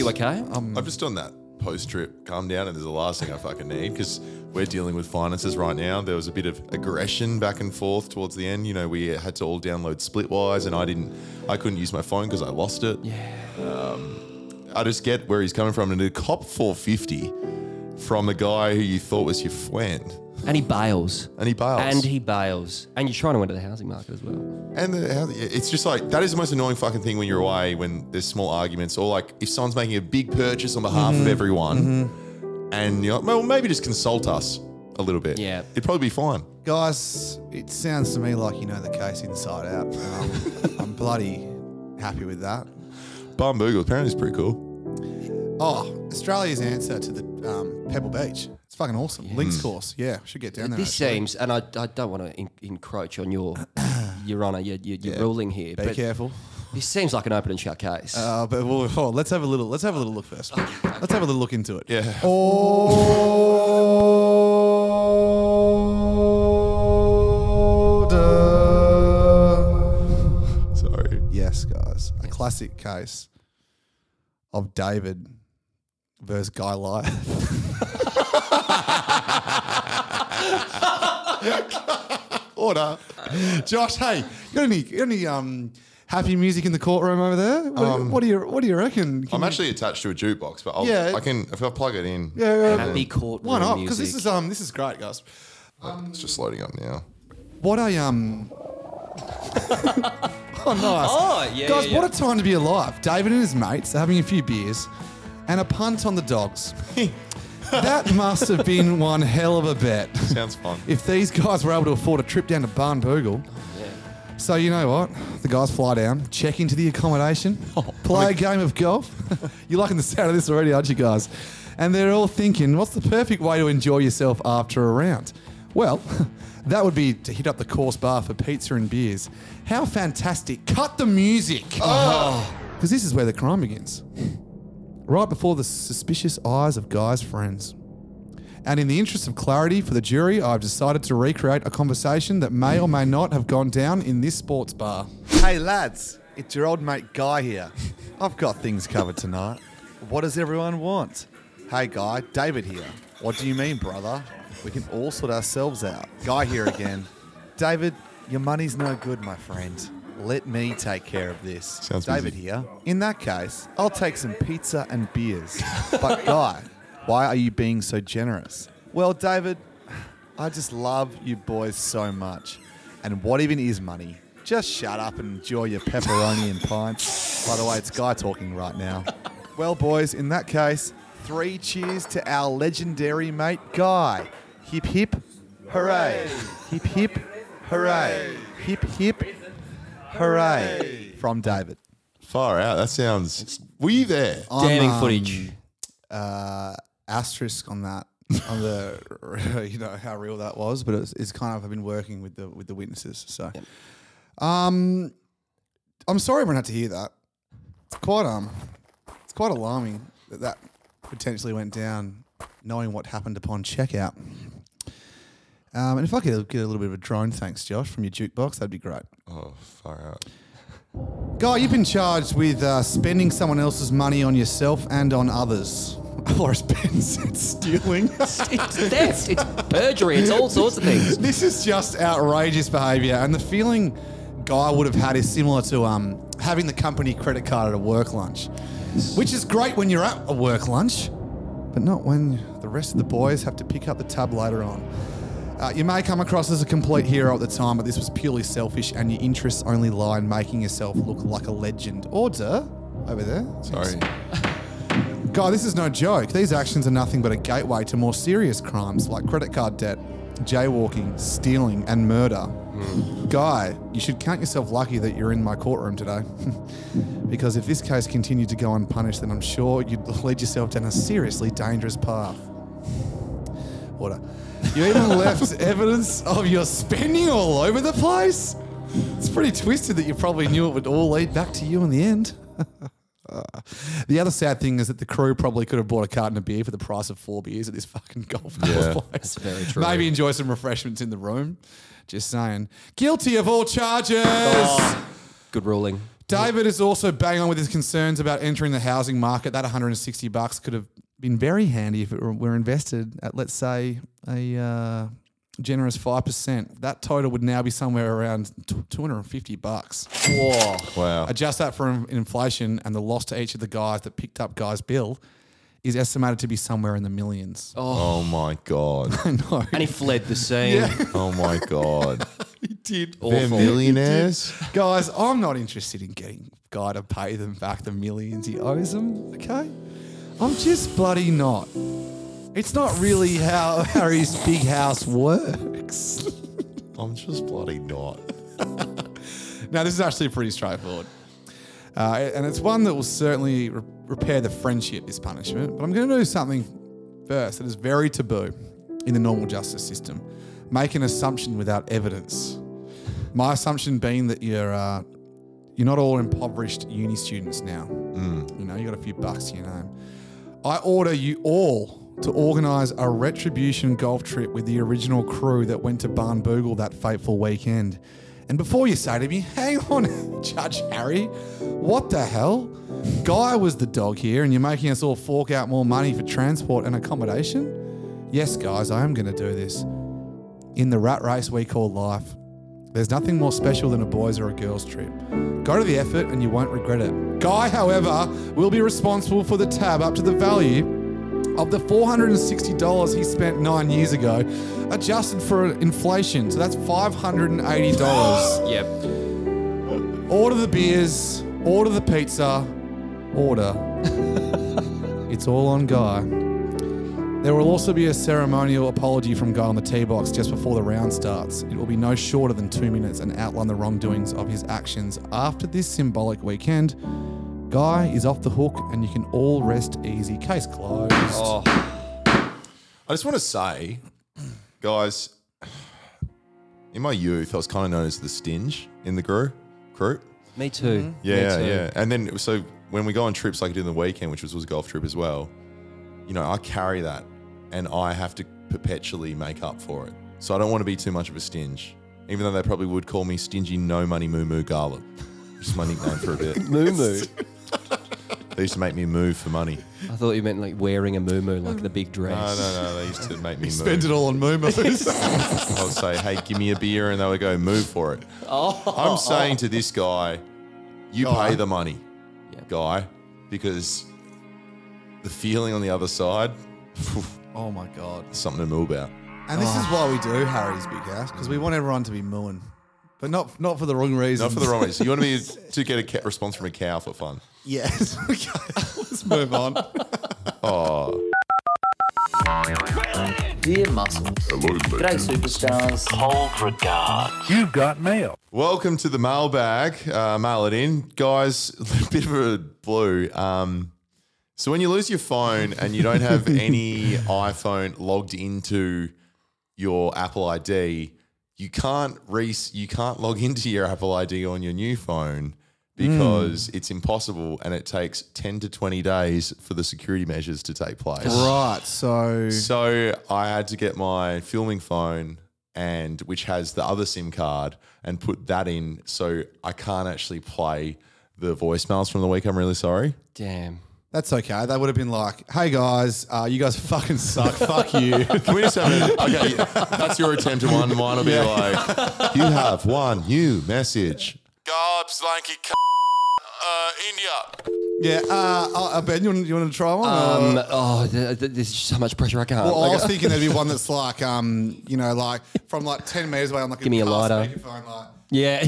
just on that post trip calm down, and there's the last thing I fucking need because we're dealing with finances right now. There was a bit of aggression back and forth towards the end. You know, we had to all download Splitwise, and I didn't, I couldn't use my phone because I lost it. Yeah. Um, I just get where he's coming from, and a cop 450 from a guy who you thought was your friend.
And he bails.
And he bails.
And he bails. And you're trying to enter the housing market as well.
And the, how, it's just like that is the most annoying fucking thing when you're away when there's small arguments or like if someone's making a big purchase on behalf of
Mm-hmm.
Mhm.
everyone, and you're like, well, maybe just consult us a little bit. Yeah, it'd probably be fine.
Guys, it sounds to me like you know the case inside out. Um, I'm bloody happy with that.
Barnboogle apparently is pretty cool.
Oh, Australia's answer to the um, Pebble Beach. It's fucking awesome. Links course. Yeah, should get down there.
this
actually.
seems, and I, I don't want to in, encroach on your, Your Honour, your, your, your
Yeah.
ruling here.
Be careful.
This seems like an open and shut case.
Uh, but we'll, hold on, let's have a little. Let's have a little look first. Let's have a little look into it.
Yeah. Sorry.
Yes, guys. A classic case of David versus Guy Order. Josh, hey, you got any, you got any um, happy music in the courtroom over there? What, do you-
Um,
what do you What do you reckon? Can
I'm
you-
actually attached to a jukebox, but I'll,
Yeah.
I can if I plug it in.
Yeah, yeah.
and
Happy
then-
Why not? Because this is um, this is great, guys.
it's just loading up now.
What a um. oh, nice.
Oh, yeah,
Guys,
yeah, yeah.
what a time to be alive. David and his mates are having a few beers and a punt on the dogs. that must have been one hell of a bet.
Sounds fun.
If these guys were able to afford a trip down to Barnboogle. So, you know what? The guys fly down, check into the accommodation, play a game of golf. You're liking the sound of this already, aren't you guys? And they're all thinking, what's the perfect way to enjoy yourself after a round? Well, that would be to hit up the course bar for pizza and beers. How fantastic. Cut the music. Because this is where the crime begins. Right before the suspicious eyes of Guy's friends. And in the interest of clarity for the jury, I've decided to recreate a conversation that may or may not have gone down in this sports bar. Hey, lads, it's your old mate Guy here. I've got things covered tonight. What does everyone want? Hey, Guy, David here. What do you mean, brother? We can all sort ourselves out. Guy here again. David, your money's no good, my friend. Let me take care of this.
Sounds
David
busy.
here. In that case, I'll take some pizza and beers. But, Guy, why are you being so generous? Well, David, I just love you boys so much. And what even is money? Just shut up and enjoy your pepperoni and pints. By the way, it's Guy talking right now. Well, boys, in that case, three cheers to our legendary mate, Guy. Hip hip, hooray! Hip hip, hooray! Hip hip, hooray! From David.
Far out. That sounds. were you there?
I'm, um, Uh, asterisk on that on the you know how real that was, but it's, it's kind of I've been working with the with the witnesses. So, um, I'm sorry everyone had to hear that. It's quite um, It's quite alarming that that potentially went down, knowing what happened upon checkout. Um, and if I could get a little bit of a drone, thanks, Josh, from your jukebox, that'd be great.
Oh, far out.
Guy, you've been charged with uh, spending someone else's money on yourself and on others. Loris Ben said stealing.
it's theft, it's perjury, it's all sorts of things.
This is just outrageous behaviour, and the feeling Guy would have had is similar to um, having the company credit card at a work lunch, which is great when you're at a work lunch, but not when the rest of the boys have to pick up the tab later on. Uh, you may come across as a complete hero at the time, but this was purely selfish, and your interests only lie in making yourself look like a legend. Order over there.
Sorry.
Guy, this is no joke. These actions are nothing but a gateway to more serious crimes like credit card debt, jaywalking, stealing, and murder. Guy, you should count yourself lucky that you're in my courtroom today. because if this case continued to go unpunished, then I'm sure you'd lead yourself down a seriously dangerous path. Water. You even left evidence of your spending all over the place. It's pretty twisted that you probably knew it would all lead back to you in the end. Uh, the other sad thing is that the crew probably could have bought a carton of beer for the price of four beers at this fucking golf course
Yeah,
place.
that's very true.
Maybe enjoy some refreshments in the room. Just saying. Guilty of all charges.
Oh. Good ruling.
David is also bang on with his concerns about entering the housing market. That 160 bucks could have been very handy if it were- were invested at, let's say, a uh, generous 5%. That total would now be somewhere around t- 250 bucks. Whoa.
Wow.
Adjust that for in- inflation and the loss to each of the guys that picked up Guy's bill is estimated to be somewhere in the millions.
Oh my god.
I know.
And he fled the scene.
Oh my god.
He did.
They're millionaires.
He did. Guys, I'm not interested in getting Guy to pay them back the millions he owes them, okay? I'm just bloody not. It's not really how Harry's big house works.
I'm just bloody not.
now, this is actually pretty straightforward. Uh, and it's one that will certainly re- repair the friendship, this punishment. But I'm going to do something first that is very taboo in the normal justice system make an assumption without evidence. My assumption being that you're uh, you're not all impoverished uni students now. You know, you got a few bucks to your name. I order you all to organise a retribution golf trip with the original crew that went to Barnboogle that fateful weekend. And before you say to me, hang on, Judge Harry, what the hell? Guy was the dog here, and you're making us all fork out more money for transport and accommodation? Yes, guys, I am going to do this. In the rat race we call life, there's nothing more special than a boys or a girls trip. Go to the effort and you won't regret it. Guy, however, will be responsible for the tab up to the value of the $460 he spent nine years ago, adjusted for inflation. So that's $580.
Yep.
order the beers, order the pizza, order. it's all on Guy. There will also be a ceremonial apology from Guy on the tee box just before the round starts. It will be no shorter than two minutes and outline the wrongdoings of his actions. After this symbolic weekend, Guy is off the hook and you can all rest easy. Case closed.
I just want to say, guys, in my youth, I was kind of known as the stinge in the group. Group.
Me too.
Yeah,
Me too.
yeah. And then so when we go on trips like I did in the weekend, which was, was a golf trip as well, you know, I carry that and I have to perpetually make up for it. So I don't want to be too much of a stinge. Even though they probably would call me stingy no money moo moo garlic. Which is my nickname for a bit.
Moo moo.
They used to make me move for money.
I thought you meant like wearing a moo moo, like the big dress.
No, no, no. They used to make me move.
Spend it all on Moomos.
I would say, hey, give me a beer, and they would go, move for it.
Oh.
I'm saying to this guy, you pay the money, guy, because the feeling on the other side,
oh my God.
something to moo about.
And this is why we do Harry's Big House, because we want everyone to be mooing. But not not for the wrong
Not
reasons.
for the wrong reason. You want to be to get a ca- response from a cow for fun.
Yes. okay. Let's move on.
Oh,
Dear muscles. G'day, superstars. Cold regard.
you got mail. Welcome to the mailbag. Uh, mail it in, guys. A bit of a blue. Um, so when you lose your phone and you don't have any iPhone logged into your Apple ID, you can't re- you can't log into your Apple ID on your new phone because it's impossible and it takes 10 to 20 days for the security measures to take place.
Right. So
So I had to get my filming phone and which has the other SIM card and put that in so I can't actually play the voicemails from the week. I'm really sorry.
Damn.
that's okay. That would have been like, hey guys, uh, you guys fucking suck. Fuck you.
Can we just have a, okay, that's your attempt at one. Mine will be
Yeah.
like, you have one new message.
God, slanky c- uh, India.
Yeah. Uh, uh, ben, you want, you want to try one?
Um,
or-
oh, th- th- there's so much pressure. I can't.
Well, I
Like,
was thinking there'd be one that's like, um, you know, like from like ten meters away on like
Give me a
car
lighter.
speakerphone, like,
Yeah.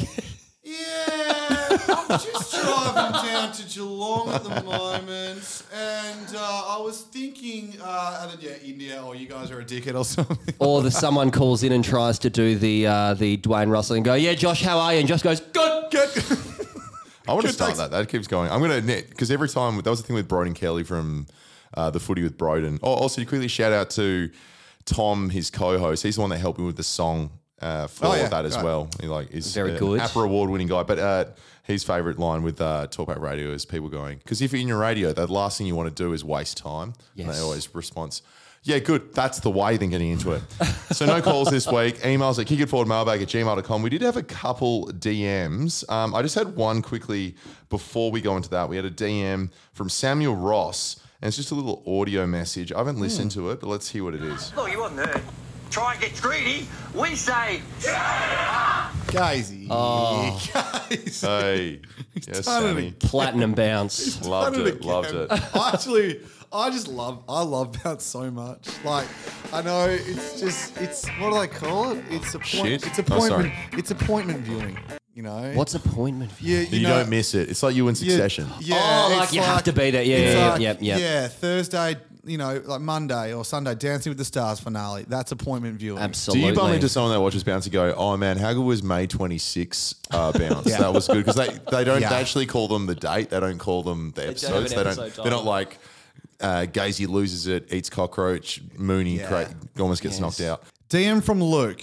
I'm just driving
down
to Geelong at the moment, and uh, I was thinking, uh, and then, yeah, India, or you guys are a dickhead or something.
or the someone calls in and tries to do the uh, the Dwayne Russell and go, yeah, Josh, how are you? And Josh goes, good, good.
I want to start that. That keeps going. I'm going to admit because every time that was the thing with Broden Kelly from uh, the footy with Broden. Oh, also you quickly shout out to Tom, his co-host. He's the one that helped me with the song uh, for
Oh, yeah,
that as
right.
well. He like is
Very
an
good.
APRA award-winning guy. But uh, his favorite line with uh, Talkback Radio is people going because if you're in your radio, the last thing you want to do is waste time. And
Yes.
they always response. Yeah, good. That's the way then getting into it. So no calls this week. Emails at kickitforwardmailbag at gmail.com. We did have a couple DMs. Um, I just had one quickly before we go into that. We had a DM from Samuel Ross, and it's just a little audio message. I haven't listened
Hmm.
to it, but let's hear what it is.
Look, you wasn't there. Try and get greedy. We say,
Gazy.
Oh.
Gazy.
Hey. yes,
done it
Sammy.
Platinum bounce.
Loved
Done
it. Loved
again.
it.
I actually, I just love, I love bounce so much. Like, I know it's just, it's what do they call it? It's appointment.
Shit.
It's
Oh, sorry.
appointment. it's appointment viewing. You know.
What's appointment?
Yeah, you,
You,
know,
don't miss it. It's like you in succession.
Yeah,
Oh, like
it's
you have to be there. Yeah,
it's
yeah,
like,
yeah, yeah.
Yeah, Thursday, you know, like Monday or Sunday, Dancing with the Stars finale. That's appointment viewing.
Do
Absolutely.
you bump into someone that watches Bounce and go, oh man, how good was May 26 uh, Bounce?
Yeah.
That was good. Because they, they don't
Yeah.
they actually call them the date. They don't call them the
don't have
episodes.
an
They don't,
episode
they're
title.
not like uh, Gazy loses it, eats cockroach, Mooney
Yeah.
cra- almost gets knocked out.
DM from Luke.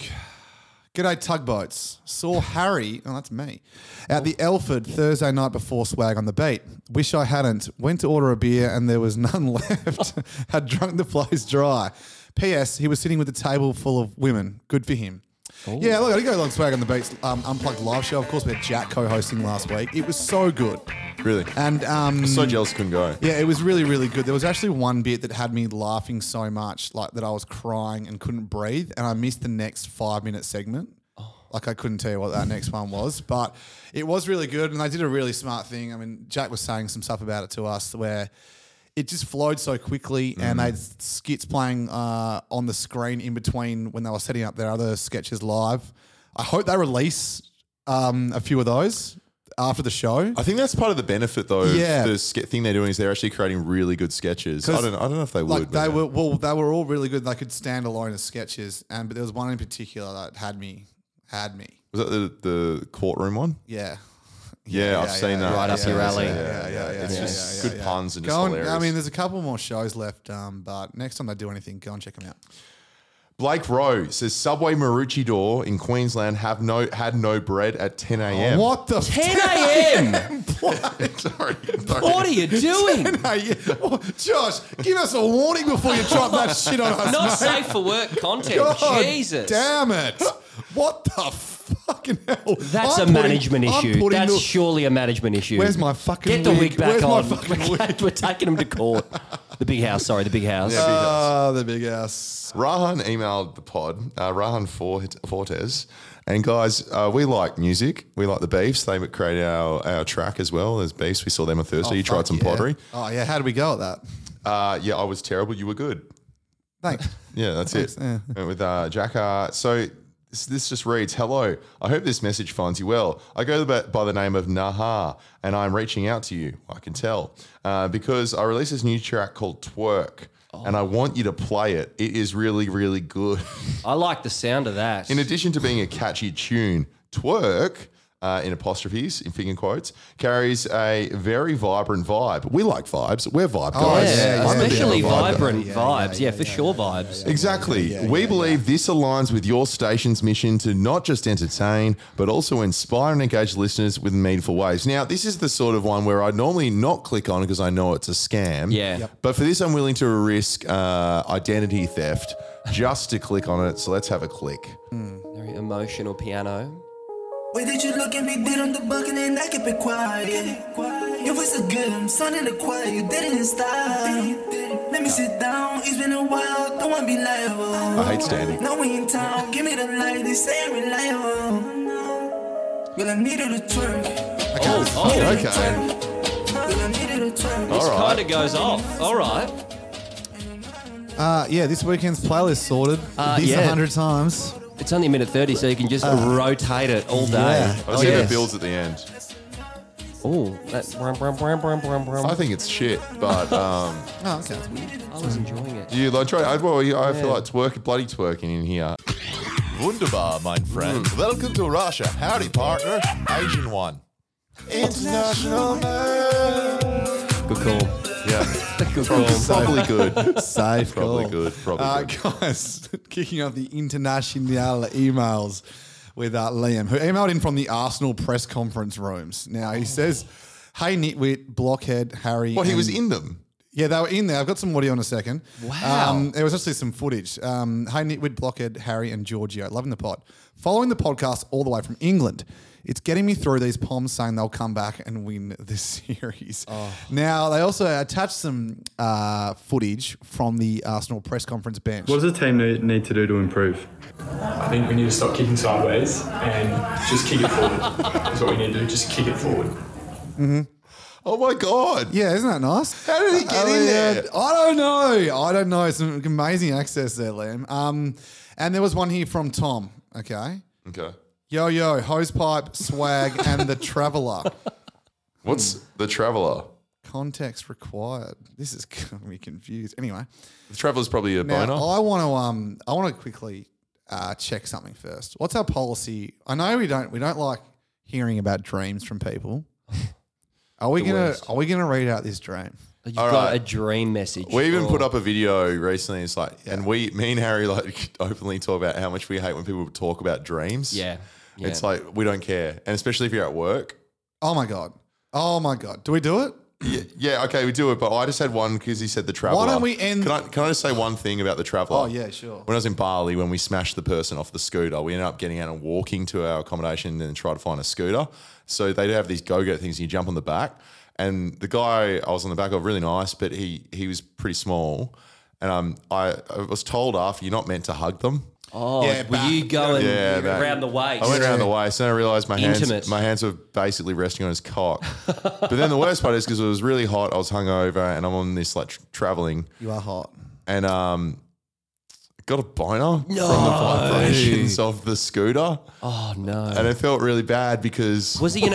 G'day, tugboats. Saw Harry, oh, that's me, at the Elford Thursday night before swag on the beat. Wish I hadn't. Went to order a beer and there was none left. Had drunk the place dry. P.S. He was sitting with a table full of women. Good for him. Yeah, look, I did go along swag on the beats um, unplugged live show. Of course, we had Jack co-hosting last week. It was so good.
Really?
And um,
so jealous I couldn't go.
yeah, it was really, really good. There was actually one bit that had me laughing so much, like that I was crying and couldn't breathe, and I missed the next five minute segment. Like I couldn't tell you what that next one was, but it was really good, and they did a really smart thing. I mean, Jack was saying some stuff about it to us where it just flowed so quickly, and they had skits playing uh, on the screen in between when they were setting up their other sketches live. I hope they release um, a few of those after the show.
I think that's part of the benefit, though. of
Yeah.
The ske- thing they're doing is they're actually creating really good sketches. I
'Cause,
don't, I don't know if they
like
would.
they
but-
were well, they were all really good. They could stand alone as sketches, and but there was one in particular that had me, had me.
Was that the, the courtroom one?
Yeah.
Yeah, I've seen that.
Right
I've
up
seen
your
that.
alley.
Yeah, yeah,
Yeah,
yeah. It's
yeah,
just
yeah,
good
yeah.
puns and
Go
just
on,
hilarious.
I mean, there's a couple more shows left, um, but next time they do anything, go and check them out.
Blake Rowe says Subway Maroochydore in Queensland have no had no bread at 10 a.m.
Oh, What the
10 a.m.
sorry, oh,
What are you doing?
Josh, give us a warning before you drop that shit on us.
Not
mate.
safe for work content.
God
Jesus.
Damn it. What the fucking hell?
That's
I'm
a
putting-
management
I'm
issue.
putting
That's
the-
surely a management issue.
Where's my fucking
Get the
wig?
wig back
Where's my
on.
fucking
We're ta- We're taking him to court. The big house, sorry, the big house.
Ah, the big ass.
Rahan emailed the pod, uh, Rahan Fort- Fortes, and guys, uh, we like music. We like the Beefs. They created our, our track as well. There's Beefs. We saw them on Thursday.
Oh,
you
fuck
tried some
yeah.
pottery.
Oh yeah, how do we go at that?
Uh, yeah, I was terrible. You were good.
Thanks.
Yeah, that's it. Went with uh, Jack. Uh, so this, this just reads Hello, I hope this message finds you well. I go by, by the name of Naha, and I'm reaching out to you, I can tell, uh, because I released this new track called Twerk, and I want you to play it. It is really, really good.
I like the sound of that.
In addition to being a catchy tune, Twerk uh, in apostrophes, in finger quotes, carries a very vibrant vibe. We like vibes. We're vibe guys.
Oh, especially
I'm a bit of a vibe guy.
vibrant vibes. Yeah, for sure, vibes.
Exactly. we believe this aligns with your station's mission to not just entertain, but also inspire and engage listeners with meaningful ways. Now, this is the sort of one where I normally not click on because I know it's a scam.
Yeah. Yep.
But for this, I'm willing to risk uh, identity theft just to click on it. So let's have a click.
Very emotional piano.
Way that you look at me, bit on the bucket and I kept it quiet. Your voice is good, I'm sounding the quiet, you didn't stop. Let me sit down, it's been a while, don't wanna be liable.
I hate standing.
Now we in town, give me the light, they say I'm reliable. Girl, I needed a twerk.
Oh, oh,
Needed a
okay.
twerk. Girl, I needed a twerk.
This kind of goes off. All right.
Uh, yeah, this weekend's playlist sorted.
Uh,
this
yeah.
100 times.
It's only a minute 30, so you can just rotate it all day.
yeah.
I see the builds at the end.
Oh, that's. I
I think it's shit, but um,
Oh, okay. That's
I was enjoying it.
you like try. I, well, you- I feel
Yeah.
like twerk, bloody twerking in here. Mm. Wunderbar, my friend. Welcome to Russia. Howdy, partner. Asian one. International
Good call.
Yeah.
Good
Probably,
call.
probably good.
Safe
Probably
call.
good. Probably
uh,
good.
Guys, kicking off the international emails with uh, Liam, who emailed in from the Arsenal press conference rooms. Now, he says, hey, nitwit, blockhead, Harry.
What, he
and-
was in them?
Yeah, they were in there. I've got some audio in a second.
Wow.
Um, there was actually some footage. Um, hey, Nitwit, Blockhead, Harry, and Giorgio. Loving the pod. Following the podcast all the way from England. It's getting me through these poms saying they'll come back and win this series.
Oh.
Now, they also attached some uh, footage from the Arsenal press conference bench.
What does the team need- need to do to improve? I think we need to stop kicking sideways and just kick it forward. That's what we need to do. Just kick it forward.
Mm-hmm.
Oh my god!
Yeah, isn't that nice? How
did he get in there?
I don't know. I don't know. Some amazing access there, Liam. Um, and there was one here from Tom. Okay.
Okay.
Yo yo, hose pipe, swag, and the traveller.
What's the traveller?
Context required. This is gonna be confused. Anyway,
The traveller's probably a
now,
boner.
I want to um, I want to quickly uh, check something first. What's our policy? I know we don't we don't like hearing about dreams from people. Are we
The
gonna
worst.
Are we gonna read out this dream?
You've
All
got
right.
a dream message.
We even
Oh.
put up a video recently. It's like, and we, me and Harry, like openly talk about how much we hate when people talk about dreams.
Yeah, yeah.
It's like, we don't care. And especially if you're at work.
Oh my god! Oh my god! Do we do it?
Yeah, yeah, okay, we do it. But I just had one because he said the traveler.
don't we end-
Can I, can I just say one thing about the traveler?
Oh yeah, sure.
When I was in Bali, when we smashed the person off the scooter, we ended up getting out and walking to our accommodation and then try to find a scooter. So they'd have these go-go things, and you jump on the back. And the guy I was on the back of, really nice, but he he was pretty small. And um, I, I was told after you're not meant to hug them.
Oh,
Yeah,
were you going
Yeah, back.
around the waist?
I went around the waist and I realized my
Intimate.
hands my hands were basically resting on his cock. but then the worst part is because it was really hot, I was hungover, and I'm on this like tr- traveling,
You are hot.
and um, got a boner from the
No.
vibrations of the scooter,
Oh
and
no!
it felt really bad because
Was he an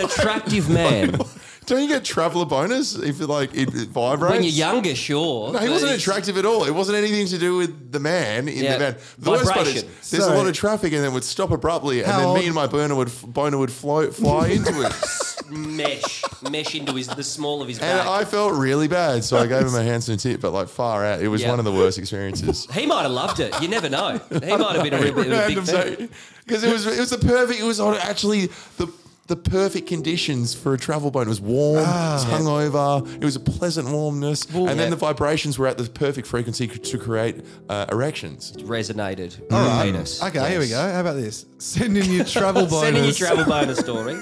attractive man?
don't you get traveler boners if it, like it, it vibrates
When you're younger, sure.
No, he
but
wasn't
it's-
attractive at all. It wasn't anything to do with the man in
Yeah.
the van. The worst part is
Vibration.
there's
So-
a lot of traffic, and then would stop abruptly, and
How
then
old-
me and my burner would boner would fly, fly into it,
mesh mesh into his the small of his
and
back.
I felt really bad. So I gave him a handsome tip, but like far out, it was
Yeah.
one of the worst experiences.
he might have loved it. You never know. He might have been a real bit of a big fan.
because it was it was the perfect. It was on actually the. The perfect conditions for a travel bone. It was warm, it was hungover, it was a pleasant warmness, and
yeah.
then the vibrations were at the perfect frequency c- to create uh, erections.
Resonated. with
All
the
right.
Penis.
Okay, here we
Yes.
go. How about this? Send in your travel bonus.
Sending your travel bonus story.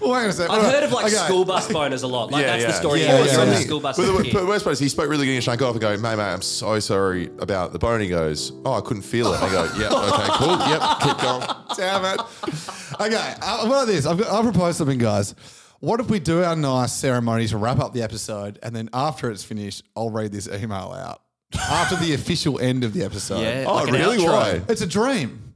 Well, wait a second.
I've
All right.
heard of like
Okay.
school bus boners a lot. Like that's the story.
Yeah,
you always
yeah,
on the
yeah.
school bus.
But
as a
the,
kid.
but the worst part is he spoke really good English. And I go off and go, mate, mate, I'm so sorry about the bone. He goes, oh, I couldn't feel it. I go, yeah, okay, cool. Yep, keep going.
Damn it. Okay, uh, what about this? I've got, I'll propose something, guys. What if we do our nice ceremony to wrap up the episode, and then after it's finished, I'll read this email out after the official end of the episode.
Yeah,
Oh,
like an
really?
outro.
Why?
It's a dream.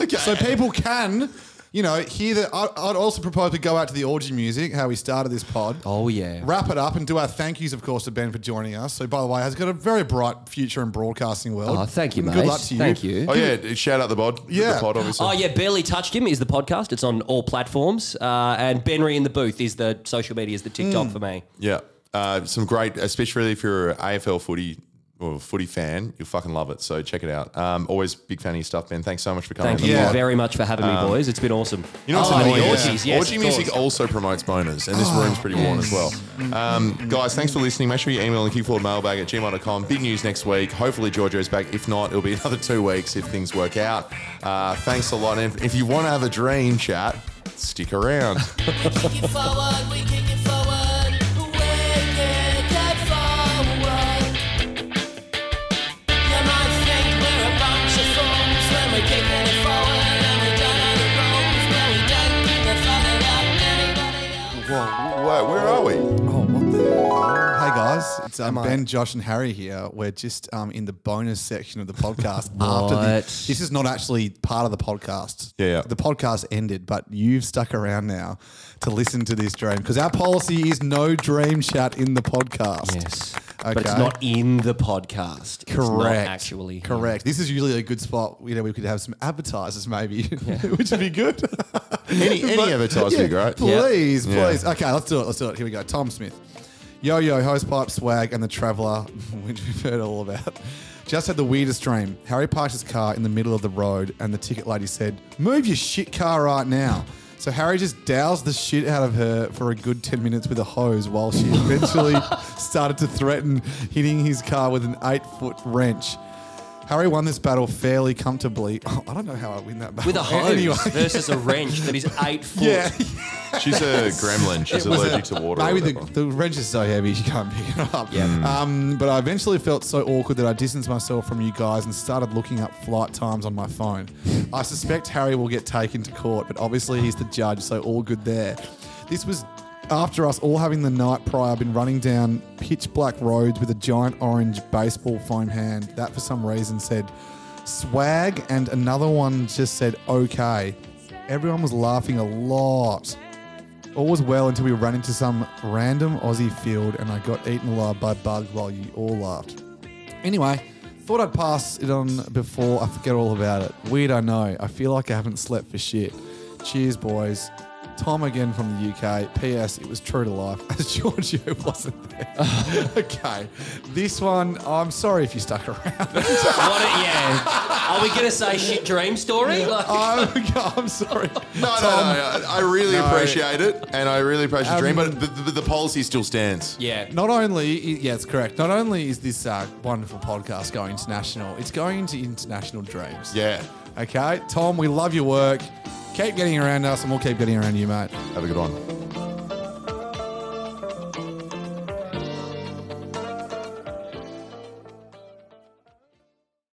Okay.
So people can you know, hear that. I'd, I'd also propose we go out to the orgy music, how we started this pod.
Oh, yeah.
Wrap it up and do our thank yous, of course, to Ben for joining us. So, by the way, has got a very bright future in broadcasting world.
Oh, thank you,
And
mate.
Good luck to you.
Thank you.
Give-
Oh, shout out the pod.
Yeah.
The pod, obviously.
Oh yeah, barely touched him is the podcast. It's on all platforms. Uh, and Benry in the booth is the social media is the TikTok
Hmm.
Mm.
for me.
Yeah. Uh, some great, especially if you're an AFL footy or footy fan, you'll fucking love it. So check it out. Um, always big fan of your stuff, Ben. Thanks so much for coming.
Thank
on the
you
pod.
very much for having
Oh, Um,
me, boys. It's been awesome.
You know what's
Oh, and the
annoying?
orgies, yes,
Orgy
of
music
course. Oh,
also promotes boners, and this room's pretty warm as well. Um, guys, thanks for listening. Make sure you email the kickforward mailbag at gmail.com. Big news next week. Hopefully, Giorgio's back. If not, it'll be another two weeks if things work out. Uh, thanks a lot. And if you want to have a dream chat, stick around.
forward, we kick it forward, wicked and forward. You might think we're a bunch of fools when we're kicking it forward and we don't know the rules, but we don't give a fuck about anybody.
Whoa, where are we?
Oh, what the hell? Hey guys, it's um,
Am I-
Ben, Josh, and Harry here. We're just um, in the bonus section of the podcast after the.
What?
This is not actually part of the podcast.
Yeah, yeah.
The podcast ended, but you've stuck around now to listen to this dream because our policy is no dream chat in the podcast.
Yes.
Okay.
But it's not in the podcast. Correct. It's not
Correct.
actually. here.
Correct. This is usually a good spot. You know, we could have some advertisers maybe, which would be good.
Any- any
But-
advertisers would be great. Yeah.
Please,
Yeah.
please. Okay, let's do it. Let's do it. Here we go. Tom Smith. Yo Yo, Hose Pipe, Swag, and the Traveller, which we've heard all about, just had the weirdest dream. Harry parked his car in the middle of the road, and the ticket lady said, Move your shit car right now. So Harry just doused the shit out of her for a good 10 minutes with a hose while she eventually started to threaten hitting his car with an eight foot wrench. Harry won this battle fairly comfortably. I don't know how I win that battle.
With a hose
Anyway.
versus a wrench that is eight foot.
Yeah.
She's a gremlin. She's
It was
allergic to water. or
Maybe
whatever.
the, the wrench is so heavy she can't pick it up.
Yeah. Mm.
Um, but I eventually felt so awkward that I distanced myself from you guys and started looking up flight times on my phone. I suspect Harry will get taken to court, but obviously he's the judge, so all good there. This was after us all having the night prior been running down pitch black roads with a giant orange baseball foam hand that for some reason said swag and another one just said okay. Everyone was laughing a lot. All was well until we ran into some random Aussie field and I got eaten alive by bugs while you all laughed. Anyway, thought I'd pass it on before I forget all about it. Weird, I know. I feel like I haven't slept for shit. Cheers, boys. Tom again from the UK. P.S. It was true to life as Giorgio wasn't there. okay, this one. I'm sorry if you stuck around.
What a- yeah. Are we gonna say shit dream story? Like-
Oh,
I'm, I'm sorry.
No, no, no, no. I really
No.
appreciate it, and I really appreciate the dream,
Um,
but the, the, the policy still stands.
Yeah.
Not only, yeah, it's correct. Not only is this uh, wonderful podcast going international, it's going into international dreams.
Yeah.
Okay, Tom, we love your work. Keep getting around us, and we'll keep getting around you, mate.
Have a good one.